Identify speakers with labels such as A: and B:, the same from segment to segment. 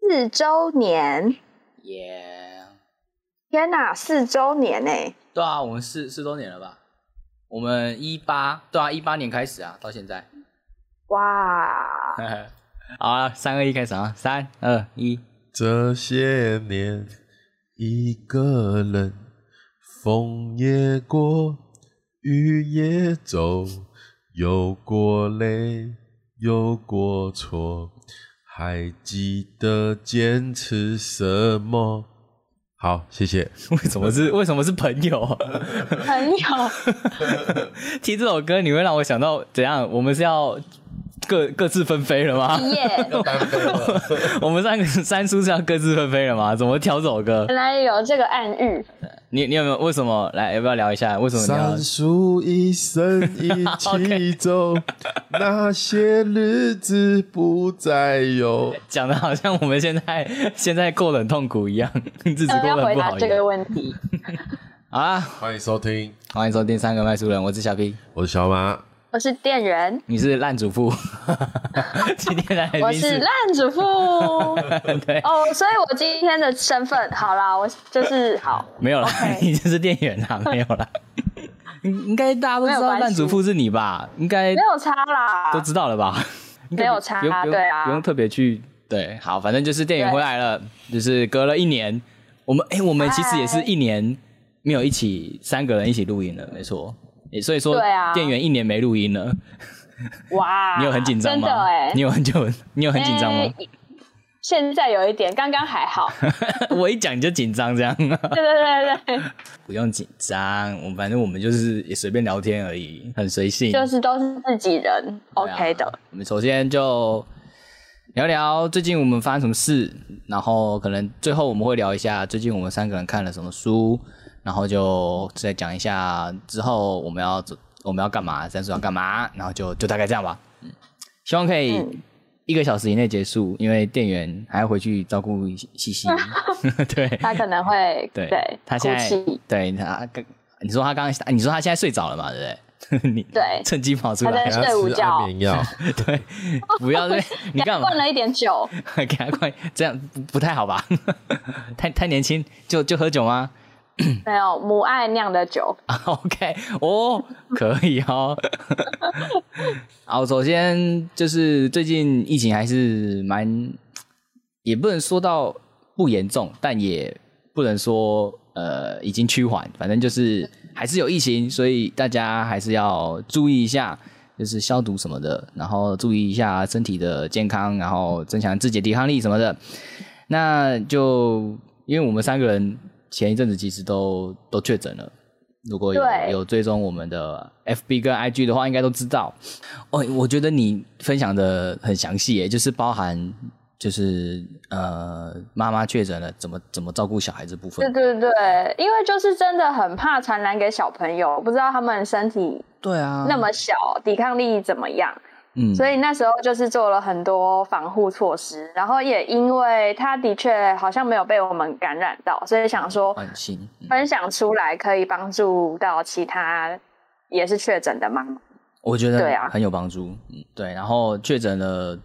A: 四周年，
B: 耶、
A: 天哪，四周年呢、欸
B: 对啊，我们四四周年了吧？我们一八，对啊，一八年开始啊，到现在。
A: 哇，
B: 好啊，三二一开始啊，三二一，
C: 这些年，一个人，风也过，雨也走，有过累，有过错，还记得坚持什么？好，谢谢。
B: 为什么是为什么是朋友？
A: 朋友，
B: 听这首歌你会让我想到怎样？我们是要各各自纷飞了吗？
A: 耶，
B: 我们三个三叔是要各自纷飞了吗？怎么挑这首歌？
A: 原来有这个暗喻，
B: 你你有没有为什么来？要不要聊一下为什么你要
C: 三？叔一生 一
B: OK
C: 起走，那些日子不再有。
B: 讲的好像我们现在现在过得很痛苦一样，日子过
A: 要
B: 得很
A: 回
B: 不
A: 答
B: 好一
A: 这
B: 样。
A: 个问题。
B: 好啊，
C: 欢迎收听，
B: 欢迎收听《三个卖书人》，我是小 P，
C: 我是小马。
A: 我是店员，
B: 你是烂主 妇。今天的来
A: 我
B: 宾
A: 是烂主妇。 哦，
B: 对，
A: 所以我今天的身份，好啦，我就是 好，
B: 没有啦
A: OK
B: 你就是店员啦，没有啦。应应该大家都知
A: 没有
B: 道
A: 关系
B: 烂主妇是你吧？应该
A: 没有差啦
B: 都。知道 了吧？应该
A: 没有
B: 不
A: 差
B: 不用不用
A: 对啊
B: 不用特别去对。好，反正就是店员
A: 对
B: 回来了，就是隔了一年，我们哎、我们其实也是一年没有一起三个人一起录音了，没错。也所以说，
A: 对啊
B: 店员一年没录音了，
A: 哇，
B: 你有很紧张吗？
A: 真的哎、
B: 你有很久， 你有很紧张吗？
A: 哎现在有一点，刚刚还 好。
B: 我一讲你就紧张，这样
A: 对对对对，
B: 不用紧张，我们反正我们就是也随便聊天而已，很随性。
A: 就是都是自己人
B: 对啊
A: ，OK 的。。
B: 我们首先就聊聊最近我们发生什么事，然后可能最后我们会聊一下最近我们三个人看了什么书，然后就再讲一下之后我们要走我们要干嘛，三叔要干嘛，然后就就大概这样吧。嗯，希望可以
A: 嗯
B: 一个小时以内结束，因为店员还要回去照顾西 西。对，
A: 他可能会
B: 对，
A: 对
B: 他
A: 哭
B: 现在
A: 泣，
B: 对他刚，你说他刚，你说他现在睡着了嘛？对不对？ 你
A: 对
B: 趁机跑出
A: 他
B: 来
A: 在，睡午
C: 吃
A: 觉
C: 安眠药，
B: 不要对，你
A: 给他
B: 干嘛
A: 灌？了一点 酒，
B: 给他灌，这样不不太好吧？ 太太年轻就就喝酒吗、
A: 没有母爱酿的酒，
B: 啊、？OK，哦，可以哦。好，首先就是最近疫情还是蛮，也不能说到不严重，但也不能说呃已经趋缓，反正就是还是有疫情，所以大家还是要注意一下，就是消毒什么的，然后注意一下身体的健康，然后增强自己的抵抗力什么的。那就因为我们三个人前一阵子其实都都确诊了。如果有
A: 对
B: 有追踪我们的 FB 跟 IG 的话，应该都知道。哦，我觉得你分享的很详细耶，就是包含就是呃妈妈确诊了，怎么怎么照顾小孩这部
A: 对
B: 分。
A: 对对，因为就是真的很怕传染给小朋友，不知道他们身体
B: 对
C: 嗯
B: 啊，
A: 那么小，抵抗力怎么样，
B: 嗯，
A: 所以那时候就是做了很多防护措施，然后也因为他的确好像没有被我们感染到，所以想说
C: 哦哎
B: 安心。嗯
A: 分享出来可以帮助到其他也是确诊的妈妈。
B: 我觉得
A: 对啊
B: 很有帮助。嗯，对。然后确诊了，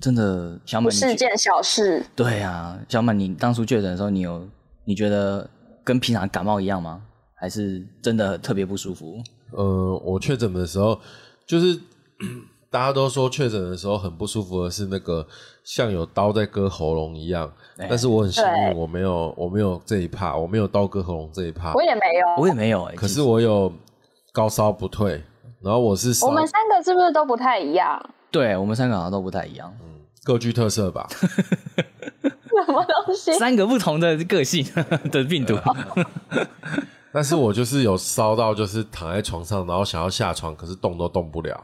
B: 真的小
A: 不
B: 满你
A: 是
B: 觉
A: 件小事，
B: 对啊，小满，你当初确诊的时候，你有你觉得跟平常感冒一样吗？还是真的特别不舒服？
C: 呃，我确诊的时候，就是 大家都说确诊的时候很不舒服的是那个像有刀在割喉咙一样，
B: 哎
C: 但是我很幸运，
A: 对
C: 我没有我没有这一怕，我没有刀割喉咙这一怕
A: 我，也没有。
B: 我也没有哎、其
C: 可是
B: 实
C: 我有高烧不退，然后我是烧
A: 我们三个是不是都不太一样？
B: 对我们三个好像都不太一样，
C: 各具特色吧，
A: 什么东西？
B: 三个不同的个性 的病
C: 呃
B: 毒。
C: 但是我就是有烧到，就是躺在床上，然后想要下床，可是动都动不了。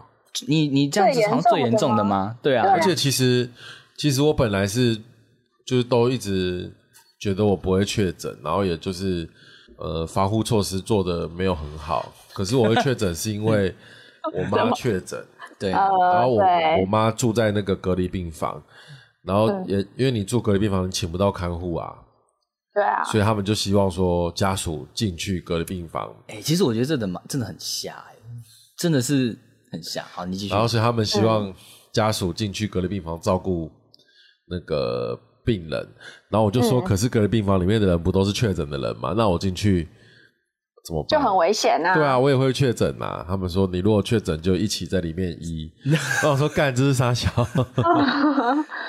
B: 你你这样子
A: 最严
B: 好像最严重
A: 重
B: 的
A: 的
B: 吗？对啊
A: 对
C: 而，且其实其实我本来是就是都一直觉得我不会确诊，然后也就是呃防护措施做的没有很好，可是我会确诊是因 为我妈确诊，
B: 对啊，
C: 然后
A: 呃，
C: 我我
A: 对，嗯
C: 妈住在那个隔离病房，然后也因为你住隔离病房，你请不到看护啊，
A: 对啊，
C: 所以他们就希望说家属进去隔离病房，
B: 哎、其实我觉得这的蛮真的很瞎哎、真的是很瞎。好，你继续
C: 然。后所以他们希望家属进去隔离病房照顾那个病人，然后我就说，
A: 嗯
C: 可是隔离病房里面的人不都是确诊的人吗？那我进去怎么办？
A: 就很危险呐、
C: 对啊，，我也会确诊呐。他们说你如果确诊，就一起在里面医。然后我说干，这是傻小。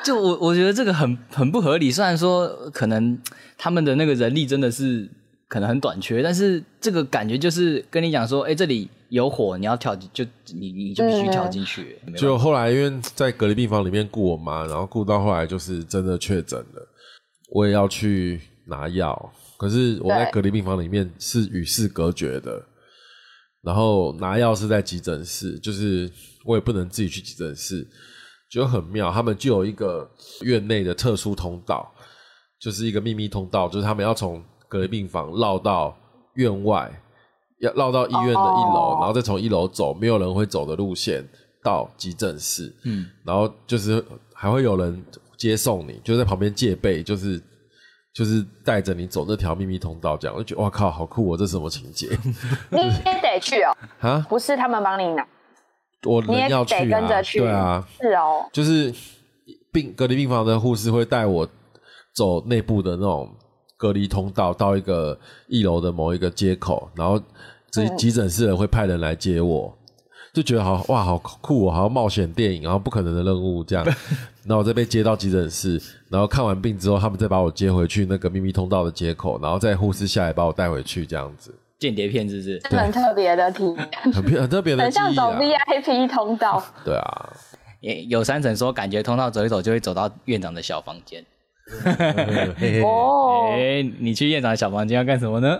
B: 就我我觉得这个很很不合理。虽然说可能他们的那个人力真的是可能很短缺，但是这个感觉就是跟你讲说，哎、这里有火，你要跳进，就你你就必须跳进去。没办法
C: 就后来因为在隔离病房里面顾我妈，然后顾到后来就是真的确诊了，我也要去拿药。可是我在
A: 对
C: 隔离病房里面是与世隔绝的，然后拿药是在急诊室，就是我也不能自己去急诊室，就很妙。他们就有一个院内的特殊通道，就是一个秘密通道，就是他们要从隔离病房绕到院外，要绕到医院的一楼，
A: 哦
C: 然后再从一楼走没有人会走的路线到急诊室。
B: 嗯，
C: 然后就是还会有人接送你，就在旁边戒备，就是就是带着你走这条秘密通道，这样我就觉得哇靠，好酷哦！这是什么情节
A: 你也得去哦，
C: 啊？
A: 不是他们帮你拿，
C: 我
A: 你也
C: 人要去、啊，
A: 得跟着去
C: 对啊，
A: 是哦，
C: 就是病隔离病房的护士会带我走内部的那种隔离通道，到一个一楼的某一个街口，然后急急诊室的人会派人来接我，就觉得好哇，好酷、哦，好像冒险电影，然后不可能的任务这 样。然后我再被接到急诊室，然后看完病之后，他们再把我接回去那个秘密通道的接口，然后再护士下来把我带回去，这样 子，
B: 间谍片是不是？
A: 这很特别的体验，
C: 很很特别的
A: 很
C: 记
A: 像
C: 忆
A: 走
C: 啊。
A: VIP 通 道。
C: 对啊，
B: 也有三层说，感觉通道走一走就会走到院长的小房间。
C: 嘿 嘿
A: 哦，
B: 哎、你去院长的小房间要干什么呢？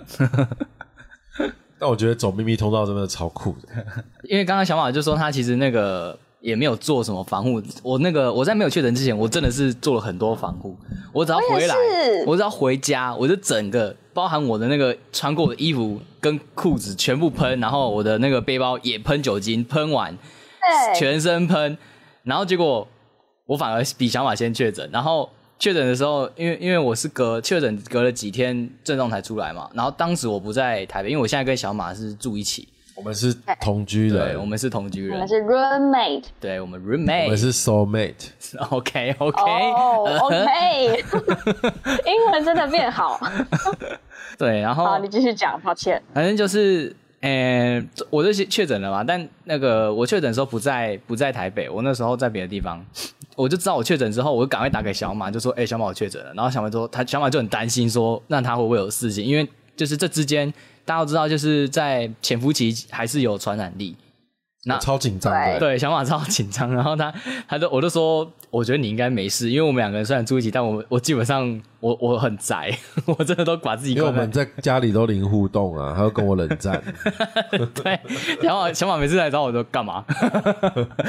C: 但我觉得走秘密通道真的超酷的。
B: 因为刚刚小马就说他其实那个也没有做什么防护，我那个我在没有确诊之前，我真的是做了很多防护。我只要
A: 我
B: 回
A: 也
B: 来，
A: 是
B: 我只要回家，我就整个包含我的那个穿过的衣服跟裤子全部喷，然后我的那个背包也喷酒精，喷完
A: 对，
B: 全身喷，然后结果我反而比小马先确诊，然后确诊的时候，因为因为我是隔确诊隔了几天症状才出来嘛，然后当时我不在台北，因为我现在跟小马是住一起，
C: 我们是同居
B: 对，
C: 人，
B: 我们是同居
A: 我
B: 人
A: 们，是 roommate。
B: 对我们
C: 我们
B: roommate，OK
C: 是 soul mate。
B: OK，, o k
A: 哦，OK，英文真的变好。
B: 对，然
C: 哦
A: 好，
B: 后
A: 你继续讲，抱歉。
B: 反正就是，呃，我这些确诊了嘛，但那个我确诊的时候不在不在台北，我那时候在别的地方， 我就知道我确诊之后，我就赶快打给小马，就说，哎、小马我确诊了，然后小马说他小马就很担心说，那他会不会有事情？因为就是这之间大家都知道，就是在潜伏期还是有传染力，那
C: 我超紧张的，
B: 对，小马超紧张，然后他他都我都说，我觉得你应该没事，因为我们两个人虽然住一起，但我们我基本上我我很宅， 我真的都把自己
C: 因为我
B: 关在
C: 们在家里都零互动啊，还要跟我冷 战，
B: 对，小马小马每次来找我都干嘛？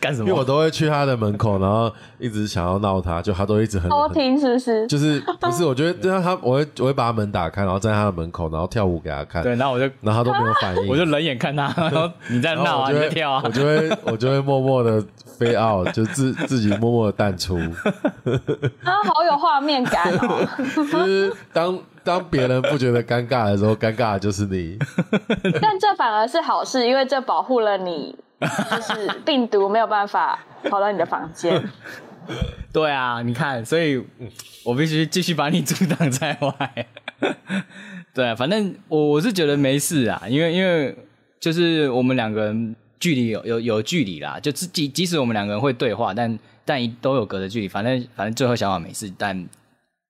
B: 干什
C: 因为我
B: 么？
C: 都会去他的门口，然后一直想要闹他，就他都一直很
B: 哦
A: 偷
C: 很
A: 听是不是？
C: 就是不是，我觉得对啊，他我会我会把他门打开，然后站在他的门口，然后跳舞给他看，
B: 对，然后我就
C: 然后他都没有反应，
B: 我就冷眼看他，然后你在
C: 然
B: 闹
C: 后我
B: 啊，
C: 就
B: 你
C: 会
B: 在跳
C: 我
B: 啊，
C: 就会我就会默默的飞 out，就自自己默默的淡出，
A: 啊，好有画面感 哦。
C: 就是当当别人不觉得尴尬的时候，尴尬的就是你。
A: 但这反而是好事，因为这保护了你，就是病毒没有办法跑到你的房间。
B: 对啊，你看，所以我必须继续把你阻挡在外。 对，啊反正我我是觉得没事啊，因为因为就是我们两个人距离有有有距离啦，就自即即使我们两个人会对话，但但一都有隔着距离，反正反正最后小马没事，但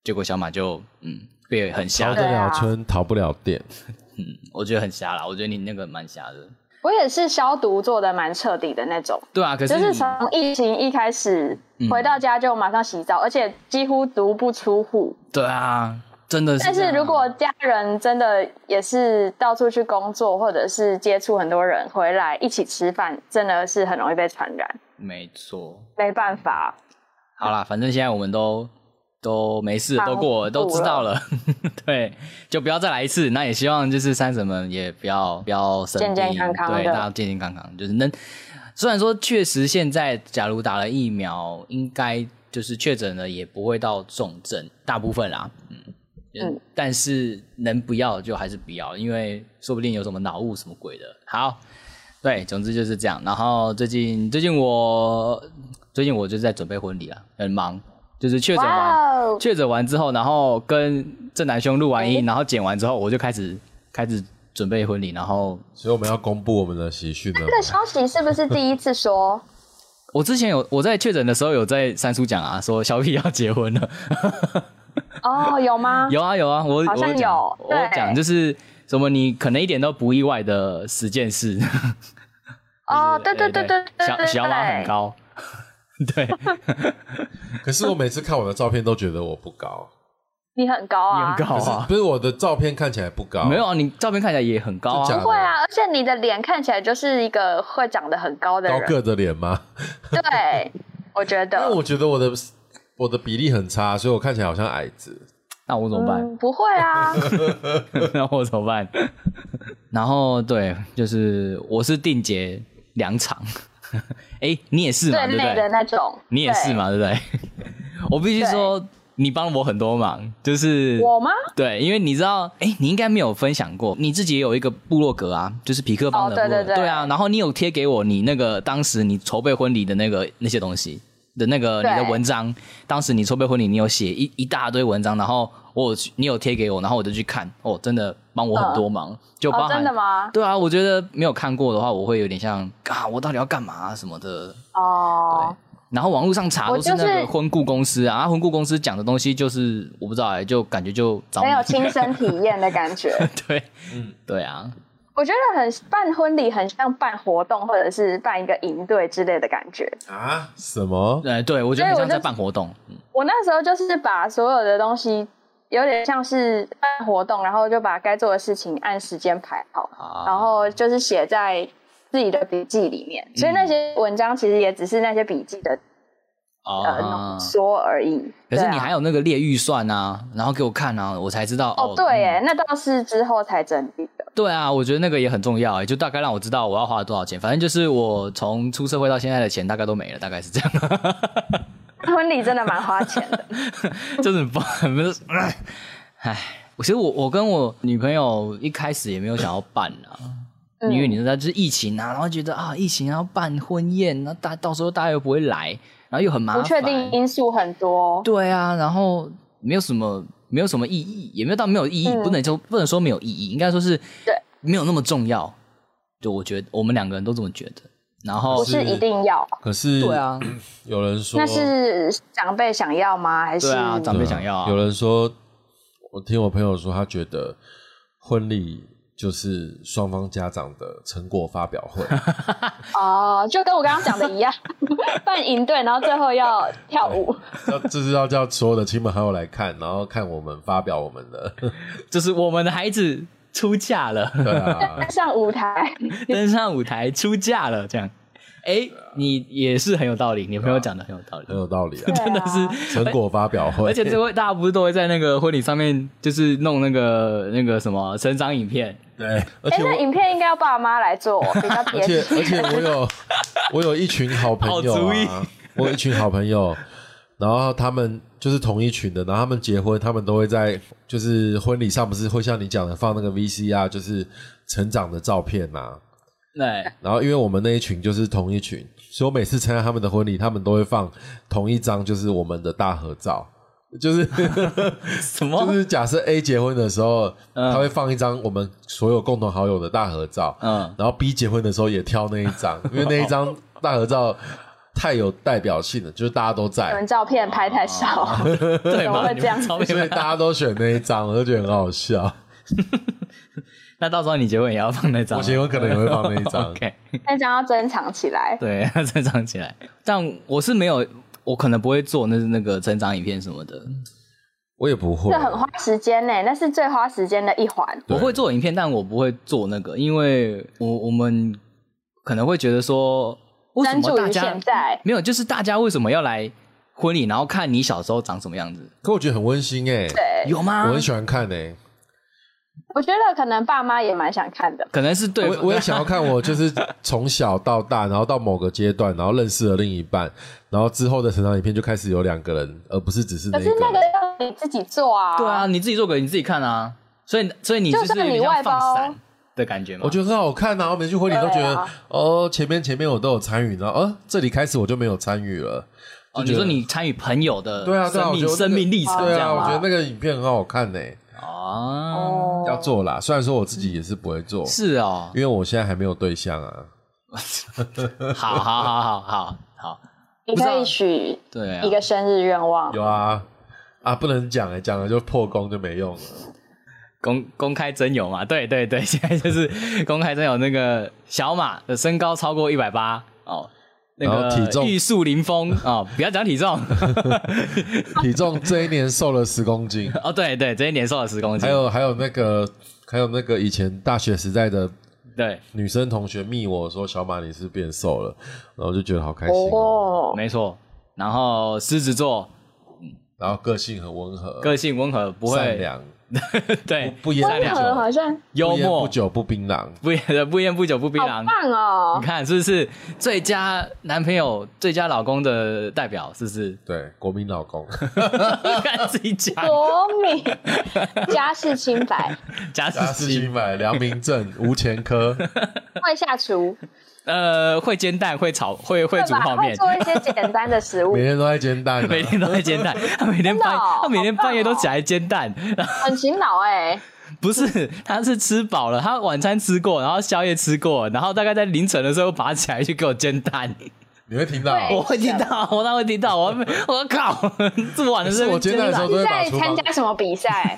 B: 结果小马就嗯被很
C: 逃
B: 吓
C: 得
A: 对
C: 了
A: 啊
C: 村，逃不了店。
B: 我觉得很瞎啦，我觉得你那个蛮瞎的。
A: 我也是消毒做的蛮彻底的那种，
B: 对啊，可是
A: 就
B: 你嗯
A: 是从疫情一开始回到家就马上洗澡，而且几乎足不出户。
B: 对啊，真的是这
A: 但
B: 样啊。
A: 是如果家人真的也是到处去工作，或者是接触很多人回来一起吃饭，真的是很容易被传染，
B: 没错，
A: 没办法。
B: 好啦，反正现在我们都都没事，
A: 防
B: 都过
A: 护
B: 了，都知道了， 对，就不要再来一次。那也希望就是三婶们也不要不要生病，
A: 健健康康的
B: 对，大家健健康康，就是能。虽然说确实现在假如打了疫苗，应该就是确诊了也不会到重症，大部分啦，嗯。
A: 嗯
B: 但是能不要就还是不要，因为说不定有什么脑雾什么鬼的。好，对，总之就是这样。然后最近最近我最近我就是在准备婚礼啊，很忙，就是确诊完
A: 哇哦，
B: 确诊完之后，然后跟正南兄录完音，然后剪完之后，我就开始开始准备婚礼，然后
C: 所以我们要公布我们的喜讯了吗。
A: 这个消息是不是第一次说？
B: 我之前有我在确诊的时候有在三叔讲啊，说小 P 要结婚了。
A: 哦，有吗？
B: 有啊有啊，我
A: 好像
B: 我讲
A: 有
B: 我
A: 对
B: 讲就是什么，你可能一点都不意外的十件事。
A: 哦，对
B: 哎
A: 对
B: 对
A: 对对对，
B: 小
A: 对
B: 小马很。高， 对
C: 可是我每次看我的照片都觉得我不高，
A: 对你很高啊，
B: 你很高
C: 可是
B: 啊
C: 不是我的照片看起来不高，
B: 没有啊，你照片看起来也很高
C: 真
B: 啊
C: 假，
A: 会啊，而且你的脸看起来就是一个会长得很高的
C: 高
A: 人，
C: 个的脸吗？
A: 对，我觉
C: 因为
A: 得。
C: 我觉得我的我的比例很差，所以我看起来好像矮子。
B: 那我怎么办？
A: 嗯，不会 啊，
B: 那我怎么办？ 然后对，就是我是定结两场， 哎，你也是
A: 最
B: 嘛，对不
A: 累的
B: 对？
A: 那种。
B: 你也是嘛，对不对？ 我必须说，你帮了我很多忙，就是
A: 对？我吗？
B: 对，因为你知道，哎、你应该没有分享过，你自己也有一个部落格啊，就是皮克邦的部
A: 哦对
B: 落格，
A: 对对
B: 啊，然后你有贴给我你那个当时你筹备婚礼的那个那些东西的那个
A: 对
B: 你的文章，当时你筹备婚礼，你有写一一大堆文章，然后我有去你有贴给我，然后我就去看，哦，真的帮我很多忙，就包
A: 哦，
B: 含、
A: 真的吗？
B: 对啊，我觉得没有看过的话，我会有点像啊，我到底要干嘛、什么的，
A: 哦，
B: 然后网络上查
A: 我
B: 都是那
A: 就
B: 个
A: 是
B: 婚顾公司啊，啊婚顾公司讲的东西就是我不知道哎、就感觉就找
A: 很有
B: 你
A: 亲身体验的感 觉。
B: 对，嗯
C: 嗯，
B: 对啊，
A: 我觉得很办婚礼，很像办活动或者是办一个营队之类的感觉。
C: 啊？什么？
B: 呃，对，我觉得很
A: 对我
B: 像在
A: 就
B: 办活动，嗯
A: 我那时候就是把所有的东西，有点像是办活动，然后就把该做的事情按时间排好，
B: 啊
A: 然后就是写在自己的笔记里面。所以那些文章其实也只是那些笔记的呃
B: 啊
A: 浓，缩而已。
B: 可是
A: 对
B: 你
A: 啊
B: 还有那个列预算啊，然后给我看啊，我才知道
A: 哦，对，
B: 嗯
A: 耶，那倒是之后才整理的。
B: 对啊，我觉得那个也很重要哎，就大概让我知道我要花多少钱，反正就是我从出社会到现在的钱大概都没了，大概是这样，
A: 婚礼真的蛮花钱的，
B: 就是很棒，不是，哎，我其实我我跟我女朋友一开始也没有想要办啊，
A: 嗯
B: 因为你知道，就是疫情啊，然后觉得啊，疫情然后办婚宴，然后大到时候大家又不会来，然后又很麻
A: 不
B: 烦，
A: 确定因素很多。
B: 对啊，然后没有什么没有什么意义，也没有到没有意义，
A: 嗯
B: 不能说不能说没有意义，应该说是
A: 对
B: 没有那么重要。就我觉得我们两个人都这么觉得。然后
A: 不是一定要，
C: 可是
B: 对，啊，
C: 有人说
A: 那是长辈想要吗？还是
B: 对啊长辈想要啊
C: 有人说，我听我朋友说，他觉得婚礼就是双方家长的成果发表 会。
A: 哦，就跟我刚刚讲的一样， 办营队，然后最后要跳舞，
C: 要就是要叫所有的亲朋好友来看，然后看我们发表我们的，
B: 就是我们的孩子出嫁 了，
C: 对啊，
A: 上舞 台。
B: 登上舞台出嫁了，这样。哎，你也是很有道理，你朋友讲的很有道理
C: 很，有道理啊，
A: 真
B: 但是
C: 成果发表会，
B: 而且这位大家不是都会在那个婚礼上面，就是弄那个那个什么成长影片，
C: 对，而
A: 哎、
C: 且
A: 那
C: 我，
A: 影片应该要爸妈来做，比较
C: 而
A: 贴
C: 且
A: 近。
C: 而且我有我有一群好朋友
B: 好主意
C: 啊， 我有一群好朋友，然后他们就是同一群的，然后他们结婚，他们都会在就是婚礼上不是会像你讲的放那个 VCR，就是成长的照片呐、
B: 对，
C: 然后因为我们那一群就是同一群，所以我每次参加他们的婚礼，他们都会放同一张，就是我们的大合照，就是
B: 什
C: 就
B: 么？
C: 是假设 A 结婚的时候，
B: 嗯
C: 他会放一张我们所有共同好友的大合照，
B: 嗯，
C: 然后 B 结婚的时候也挑那一张，因为那一张大合照太有代表性了，就是大家都
A: 你们
C: 在，
A: 照片拍太少，
B: 啊 对
A: 怎么
B: 吗？
A: 会
B: 你
A: 这样
B: 们照
C: 所以
B: 片
C: 大家都选那一张，我就觉得很好笑。
B: 那到时候你结婚也要放那张吗，啊
C: 我结婚可能也会放那一 张
B: OK，
A: 那张要珍藏起来。
B: 对，成长起来。但我是没有，我可能不会做那那个成长影片什么的。
C: 嗯我也不会
A: 这，很花时间呢、那是最花时间的一环。
C: 对
B: 我会做影片，但我不会做那个，因为我我们可能会觉得说，为什
A: 专
B: 么
A: 注
B: 大
A: 于
B: 家
A: 现在，
B: 没有？就是大家为什么要来婚礼，然后看你小时候长什么样子？
C: 可我觉得很温馨哎、
A: 对，
B: 有吗？
C: 我很喜欢看哎、
A: 我觉得可能爸妈也蛮想看的。
B: 可能是对，啊
C: 我我也想要看我就是从小到大， 然后到某个阶段，然后认识了另一半，然后之后的成长影片就开始有两个人，而不是只是那
A: 可
C: 一
A: 是那
C: 个
A: 个
C: 人。
A: 要你自己做啊。
B: 对啊，，你自己做给你自己看啊。所以所以你
A: 就是
B: 有
A: 算你
B: 点像
A: 外
B: 放
A: 包
B: 闪的感觉吗？
C: 我觉得很好看啊！我每次去婚礼都觉
A: 对
C: 得，
A: 啊
C: 哦，前面前面我都有参与，然后呃，这里开始我就没有参与了，
B: 哦，
C: 就
B: 你
C: 觉得
B: 说你参与朋友的
C: 对啊，对啊
B: 生
C: 我觉
B: 命
C: 得那个
B: 生命历程
C: 对
B: 这
C: 啊，
B: 样
A: 吗
C: 我觉
B: 吗？
C: 得那个影片很好看呢、
B: 哦，
A: 哦，
C: 嗯要做啦。虽然说我自己也是不会做，
B: 是哦，
C: 因为我现在还没有对象啊。
B: 好好好好好好，
A: 你可以许
B: 对啊
A: 一，个生日愿望，
C: 有啊，啊，不能讲哎、讲了就破功就 没用了。
B: 公公开征友嘛，对对 对，现在就是公开征友，那个小马的身高超过一百八哦。那
C: 然后体
B: 个
C: 重
B: 玉树临风哦，不要讲体重
C: 体重这一年瘦了十公斤，
B: 哦，对对，这一年瘦了十公斤
C: 还，有还有那个还有那个以前大学时代的
B: 对，
C: 女生同学密我说小马你是变瘦了，然后就觉得好开心、哦。
A: 哦，
B: 没错。然后狮子座
C: 然后个性很温和，
B: 个性温和，不
C: 善
B: 会
C: 良，
B: 对，
C: 不言
A: 温和好像
B: 幽
C: 不烟
B: 默
C: 不，酒不槟榔。？
B: 不言不烟不 酒不槟
A: 好
B: 榔，
A: 棒哦
B: 你，看是不是最佳男朋友、最佳老公的代表？是不是
C: 对，国民老 公，
B: 看自己讲，
A: 国 民家世清白，
B: 假
C: 家
B: 死
C: 世
B: 期
C: 清白，良 民证，无前科，
A: 会下 厨，
B: 呃，会煎蛋，会炒，会会
A: 对
B: 煮
A: 吧？
B: 泡
A: 会
B: 面，
A: 做一些简单的食物
C: 每，天都在煎蛋、啊，
B: 每天都在 煎蛋，他每天
A: 真的
B: 半
A: 哦
B: 他每天
A: 好棒
B: 半夜都
A: 哦
B: 起来煎蛋，然后
A: 很勤劳哎、
B: 不是，他是吃饱了，他晚餐吃过，然后宵夜吃过，然后大概在凌晨的时候又爬起来去给我煎蛋，
C: 你会听到。
A: 对
B: 我会听到，我那会听到，我我靠，这么晚的时候
C: 我煎蛋的时候
A: 是
C: 都会把
A: 在
C: 厨
A: 参
C: 房
A: 加什么比 赛？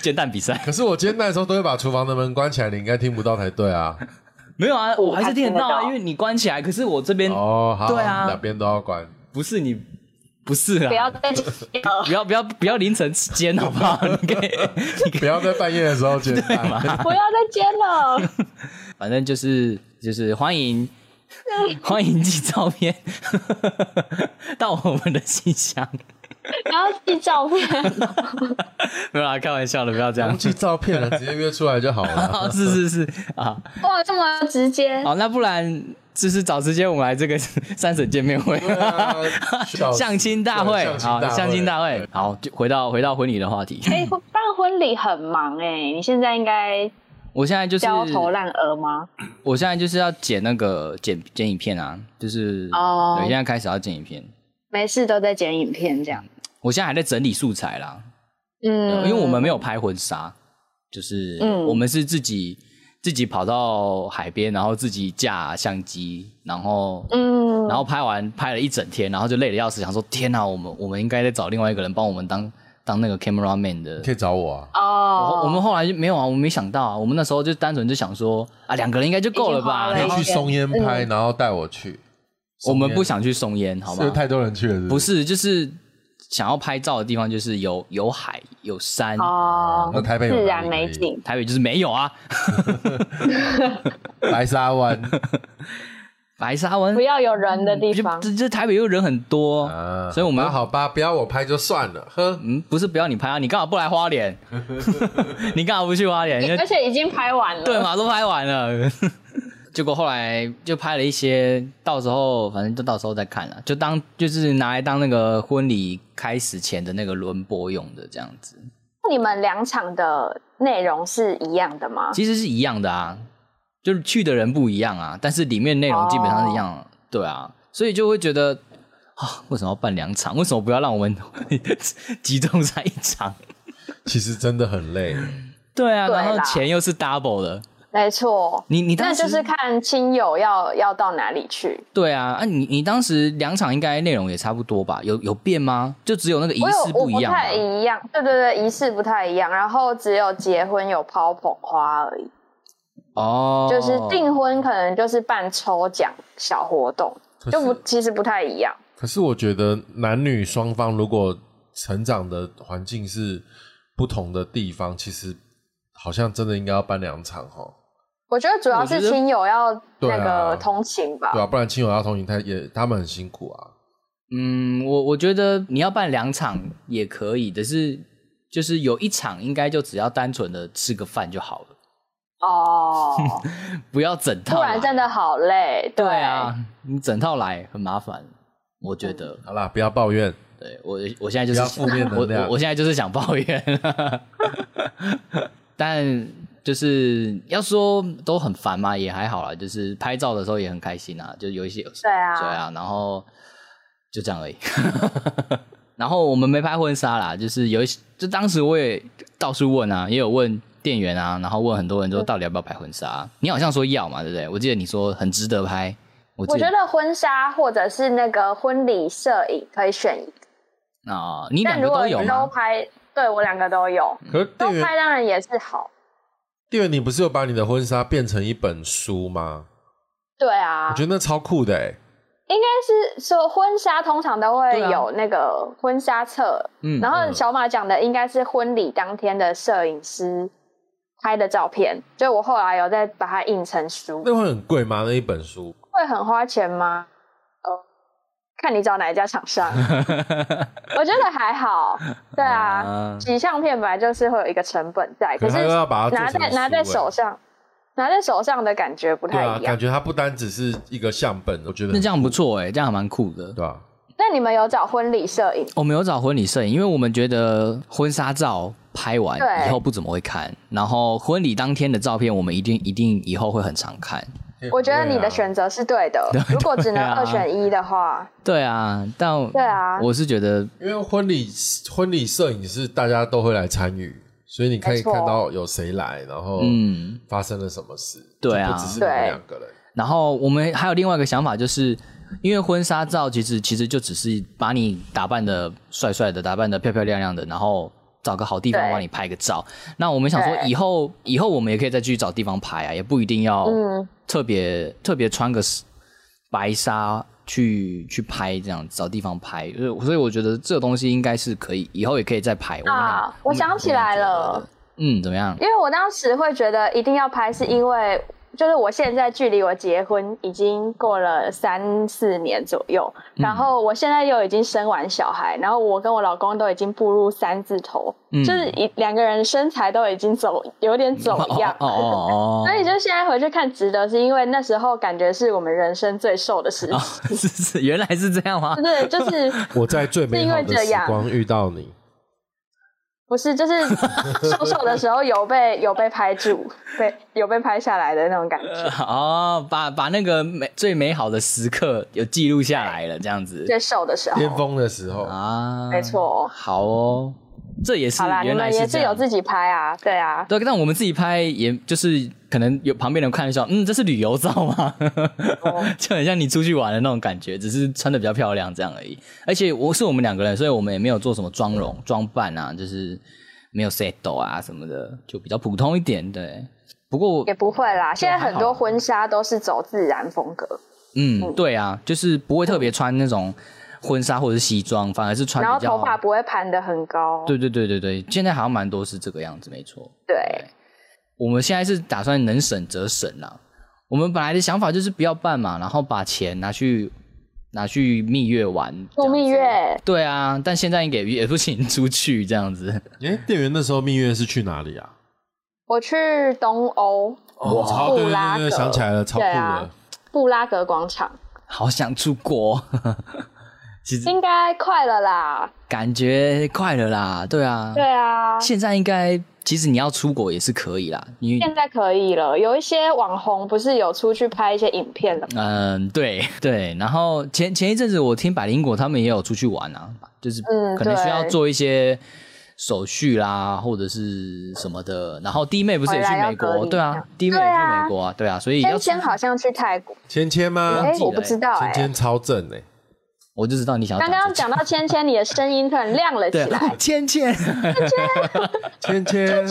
B: 煎蛋比赛
C: 可是我煎蛋的时候都会把厨房的门关起来，你应该听不到才对啊。
B: 没有啊，我还是听得到
A: 还
B: 啊，
A: 听得到
B: 因为你关起来，可是我这
A: 嗯
B: 边
C: 哦，好，
B: 对啊
C: 两边都要关。
B: 不是你，不是啊，
A: 不要再讲了
C: 啊
B: 不要不要不要凌晨煎好不好？你可以，你可以
C: 不要在半夜的时候煎 蛋。
A: 不要再煎了，
B: 反正就是就是欢迎欢迎寄照片 到我们的信箱，
A: 然后寄照片，
B: 没有啦，开玩笑的，不要这样
C: 不。寄照片了，直接约出来就好了。
B: 好，是是是啊，
A: 哇，这么直接，
B: 好，那不然就是找时间我们来这个 三省见面会。
C: 对啊笑 死
B: 相亲大会，
C: 对
B: 好，相亲大会，好，就回到回到婚礼的话题。
A: 哎、 办婚礼很忙哎、你现在应该
B: 我现在就是
A: 焦头烂额吗？
B: 我现在就是要剪那个剪剪影片啊，就是
A: 哦
B: 对，现在开始要剪影片。
A: 没事都在剪影片这样，
B: 我现在还在整理素材啦，
A: 嗯，
B: 因为我们没有拍婚纱，就是
A: 嗯
B: 我们是自己自己跑到海边，然后自己架相机，然后
A: 嗯，
B: 然后拍完拍了一整天，然后就累得要死，想说天哪、我们我们应该再找另外一个人帮我们当当那个 camera man 的
C: 你可。以找我啊。
A: 哦，
B: 我我们后来就没有啊，我们没想到啊，我们那时候就单纯就想说啊，两个人应该就够了吧
A: 已经花。
C: 可
A: 了
C: 以去松烟拍，
A: 嗯
C: 然后带我去。
B: 我们不
C: 松
B: 想去松烟，好
C: 烟，
B: 吧？
C: 是太多人去了，
B: 不？是，就是想要拍照的地方，就是有有海有山，
A: 哦，
B: 呃
C: 那台北有哪
A: 自
C: 里
A: 然美景，
B: 台北就是没有啊。
C: 白沙湾
B: 白沙湾
A: 不要有人的地
B: 就
A: 方，
B: 这这台北又人很多，
C: 啊，
B: 所以我们
C: 啊好吧，不要我拍就算了，呵，
B: 嗯不是不要你拍啊，你干嘛不来花莲？ 你干嘛不去花莲？因为
A: 而且已经拍完了，
B: 对？嘛，都拍完了。 结果后来就拍了一些，到时候反正就到时候再看了，就当就是拿来当那个婚礼开始前的那个轮播用的这样子，
A: 你们两场的内容是一样的吗？
B: 其实是一样的啊，就是去的人不一样啊，但是里面内容基本上是一样
A: 哦
B: 的，对啊，所以就会觉得啊，为什么要办两场？为什么不要让我们 集中在一场？
C: 其实真的很累。
B: 对啊，
A: 对啦
B: 然后钱又是 double 的，
A: 没错，
B: 你你
A: 那
B: 当时
A: 就是看亲友要要到哪里去。
B: 对啊啊，你你当时两场应该内容也差不多吧？有有变吗？就只有那个仪
A: 我有
B: 式
A: 我
B: 一样吧
A: 太一样，对对对，仪式不太一样。然后只有结婚有抛捧花而已，
B: 哦，
A: 就是订婚可能就是办抽奖小活动，
C: 可
A: 就不
C: 是
A: 其实不太一样。
C: 可是我觉得男女双方如果成长的环境是不同的地方，其实好像真的应该要办两场哦。
A: 我觉得主要
B: 我
A: 是
B: 觉得
A: 亲友要
C: 对
A: 那
C: 啊
A: 个通勤吧。
C: 对啊，不然亲友要同行，他也他们很辛苦啊。
B: 嗯，我我觉得你要办两场也可以，只是就是有一场应该就只要单纯的吃个饭就好了。
A: 哦，
B: 不要整套
A: 不
B: 来，
A: 然真的好累。对
B: 对，啊，你整套来很麻烦，我觉得。
A: 嗯
C: 好啦，不要抱怨，
B: 对我，我现在就是
C: 不要负面能
B: 我
C: 量
B: 我我现在就是想抱怨， 但就是要说都很烦嘛，也还好啦，就是拍照的时候也很开心啊，就有一些
A: 对啊
B: 对啊，然后就这样而已。 然后我们没拍婚纱啦，就是有一些，就当时我也到处问啊，也有问店员啊，然后问很多人说到底要不要拍婚纱。你好像说要嘛，对不对？我记得你说很值得拍，我
A: 我
B: 记
A: 觉得婚纱或者是那个婚礼摄影可以选一个，
B: 啊、你两
A: 但
B: 个
A: 如果
B: 都有
A: 都
B: 吗？
A: 拍，对我两个都有，
C: 可是
A: 都
C: 店员
A: 拍当然也是好。
C: 店员，你不是有把你的婚纱变成一本书吗？
A: 对啊
C: 我，觉得那超酷的哎、
A: 应该是说婚纱通常都会
B: 对啊
A: 有那个婚纱册，
B: 嗯
A: 然后
C: 嗯
A: 小马讲的应该是婚礼当天的摄影师拍的照片，就我后来有再把它印成书，
C: 那会很贵吗？那一本书？
A: 会很花钱吗？呃，看你找哪一家厂 商，我觉得还好。对啊，
B: 啊
A: 洗相片本来就是会有一个成本在，可
C: 可是他
A: 是
C: 又要把它做
A: 拿
C: 成
A: 在
C: 书
A: 拿在
C: 哎
A: 手上，拿在手上的感觉不
C: 对
A: 太
C: 啊，
A: 一样
C: 感。觉它不单只是一个相本，我觉得
B: 那这样不错哎、这样还蛮酷的。
C: 对啊，
A: 那你们有找婚礼摄影？
B: 我们有找婚礼摄影，因为我们觉得婚纱照拍完
A: 对
B: 以后不怎么会看，然后婚礼当天的照片我们一定一定以后会很常看。
A: 我觉得
C: 对啊
A: 你的选择是对 的。如果只能
B: 对啊
A: 二选一的话，
B: 对啊，但
A: 对啊
B: 我是觉得
C: 因为婚礼婚礼摄影是大家都会来参与，所以你可以
A: 没错
C: 看到有谁来，然后
B: 嗯
C: 发生了什么事，
B: 对啊
C: 就不只是你们两个人，
B: 然后我们还有另外一个想法，就是因为婚纱照其实其实就只是把你打扮的帅帅的，打扮的漂漂亮亮的，然后找个好地方
A: 对
B: 帮你拍个照。那我们想说
A: 对
B: 以后以后我们也可以再去找地方拍啊，也不一定要
A: 嗯
B: 特别、特别穿个白纱去去拍这样找地方拍。所以所以我觉得这个东西应该是可以，以后也可以再拍。我们俩
A: 啊，我想起来了。
B: 嗯，怎么样？
A: 因为我当时会觉得一定要拍，是因为就是我现在距离我结婚已经过了三四年左右，
B: 嗯
A: 然后我现在又已经生完小孩，然后我跟我老公都已经步入三字头，
B: 嗯
A: 就是一两个人身材都已经走有点走样。
B: 哦哦哦，
A: 所以就现在回去看，值得是因为那时候感觉是我们人生最瘦的时期，
B: 哦， 是是，原来是这样吗
A: 不？是就是
C: 我在最美好
A: 是因为
C: 的
A: 这
C: 时
A: 样
C: 光遇到你，
A: 不是就是瘦瘦的时候有被有被拍住，被有被拍下来的那种感 觉。
B: 哦，把把那个美最美好的时刻有记录下来了，这样子
A: 最瘦的时候，
C: 巅峰的时候，
B: 啊，
A: 没。错。
B: 好哦，这也是
A: 好啦，你
B: 原来
A: 们也
B: 这
A: 是有
B: 样。
A: 自己拍啊，对啊，
B: 对，但我们自己拍，也就是可能有旁边人看一下，嗯，这是旅游照吗？
A: 哦
B: 就很像你出去玩的那种感觉，只是穿的比较漂亮这样而已。而且我是我们两个人，所以我们也没有做什么妆容、
A: 嗯
B: 装扮啊，就是没有 set 啊什么的，就比较普通一点。对，不过
A: 也不会啦。现在
B: 还好
A: 很多婚纱都是走自然风格，
B: 嗯，对啊，就是不会特别穿那种婚纱或者是西装，反而是穿
A: 嗯然后
B: 啊比较
A: 头发不会盘的很高，
B: 对对对对对，现在好像蛮多是这个样子，没错。
A: 对
B: 我们现在是打算能省则省啦、我们本来的想法就是不要办嘛，然后把钱拿去拿去蜜月玩，
A: 度蜜
B: 这样子。
A: 月
B: 对啊，但现在也也不行出去这样子。
C: 哎，店员那时候蜜月是去哪里啊？
A: 我去东欧
C: 哦，超
A: 布
C: 对对
A: 拉
C: 对
A: 格
C: 对，想起来了，超酷
A: 对啊
C: 的，
A: 布拉格广场，
B: 好想出国，其实
A: 应该快了啦。
B: 感觉快了啦，对啊，
A: 对啊，
B: 现在应该其实你要出国也是可以啦，因为
A: 现在可以了。有一些网红不是有出去拍一些影片了吗？
B: 嗯，对 对，然后前前一阵子我听百灵果他们也有出去玩啊，就是
A: 嗯
B: 可能需要
A: 对
B: 做一些手续啦，或者是什么的。然后弟妹不是也去
A: 回来要
B: 美
A: 隔
B: 国，
A: 离这
B: 对啊
A: 样，
B: 弟妹也
A: 对
B: 去
A: 啊
B: 美国啊，对啊，所以要
A: 芊
B: 出
A: 芊好像去泰国，
C: 芊芊吗？
A: 哎
B: 记，了
A: 我不知道
C: 芊
A: 哎。
C: 芊超正 哎，
B: 我就知道你想要
A: 刚刚
B: 这
A: 讲到芊芊，你的声音突然亮了起
B: 个
A: 来
B: 对，啊芊芊
C: 芊芊，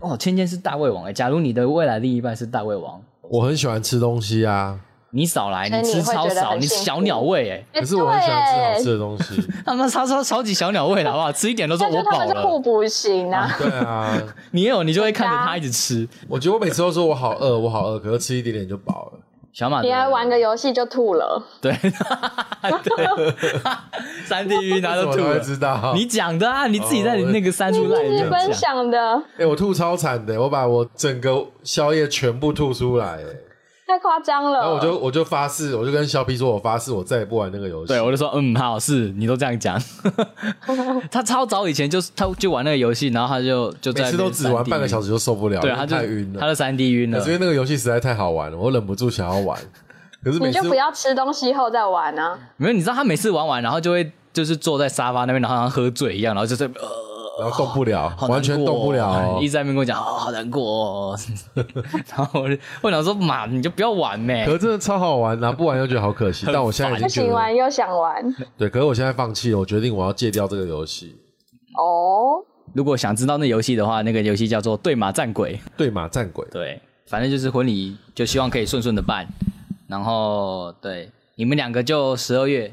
B: 哦，芊芊是大胃王哎、假如你的未来另一半是大胃王，
C: 我很喜欢吃东西啊，
B: 你少来，
A: 所以
B: 你
A: 你
B: 吃
A: 会
B: 超
A: 觉得
B: 少，
A: 很
B: 你
A: 幸
B: 小
A: 福
B: 鸟胃哎、
C: 可是我很喜欢吃好
A: 对耶
C: 吃的东西，
B: 他们超超超级小鸟胃了好不好？吃一点都说
A: 但
B: 我
A: 是他
B: 饱
A: 们是互
B: 了，
A: 补型啊。
C: 对啊，
B: 你有你就会看着
A: 对啊
B: 他一直吃。
C: 我觉得我每次都说我好饿，我好饿，可是吃一点点就饱了。
B: 小马
A: 你
B: 对
A: 还玩个游戏就吐了，
B: 对， 对，三 D 晕他都
C: 我
B: 吐
C: 会
B: 了。
C: 知道。
B: 你讲的啊，你自己在你那个删除赖
A: 自
B: 里
A: 己
B: 面
C: 啊
A: 分
B: 讲。
A: 享的
C: 哎、我吐超惨的，我把我整个宵夜全部吐出来，哎
A: 太夸张了。
C: 然后我
B: 啊
C: 就我就发誓，我就跟肖 P 说，我发誓我再也不玩那个游戏。
B: 对，我就说嗯，好，是你都这样讲。 他超早以前就是他就玩那个游戏，然后他就就在
C: 每次都只玩半个小
B: 时，
C: 时就受不了，
B: 对，
C: 因为
B: 他就
C: 太晕
B: 他
C: 了。
B: 就三 D 晕
C: 可
B: 了
C: 是因。为那个游戏实在太好玩了，我忍不住想要玩，可是每
A: 你
C: 次
A: 就不要吃东西后再玩啊。
B: 没有，你知道他每次玩完，然后就会就是坐在沙发那边，然后好像喝醉一样，然后就是呃，
C: 然后动不了，
B: 好难过哦
C: 完全动不了
B: 一。直在那边跟我讲，哦，好难过、哦。 然后我就我想说，妈，你就不要玩呗、
C: 可是真的超好玩啊！不玩又觉得好可惜，但我现在已
A: 不
C: 经觉
A: 行
C: 得
A: 玩又想 玩
C: 对，可是我现在放弃了，我决定我要戒掉这个游戏。
A: 哦。
B: 如果想知道那游戏的话，那个游戏叫做《对马战鬼》。
C: 对马战鬼，
B: 对，反正就是婚礼，就希望可以顺顺的办。然后对，你们两个就十二月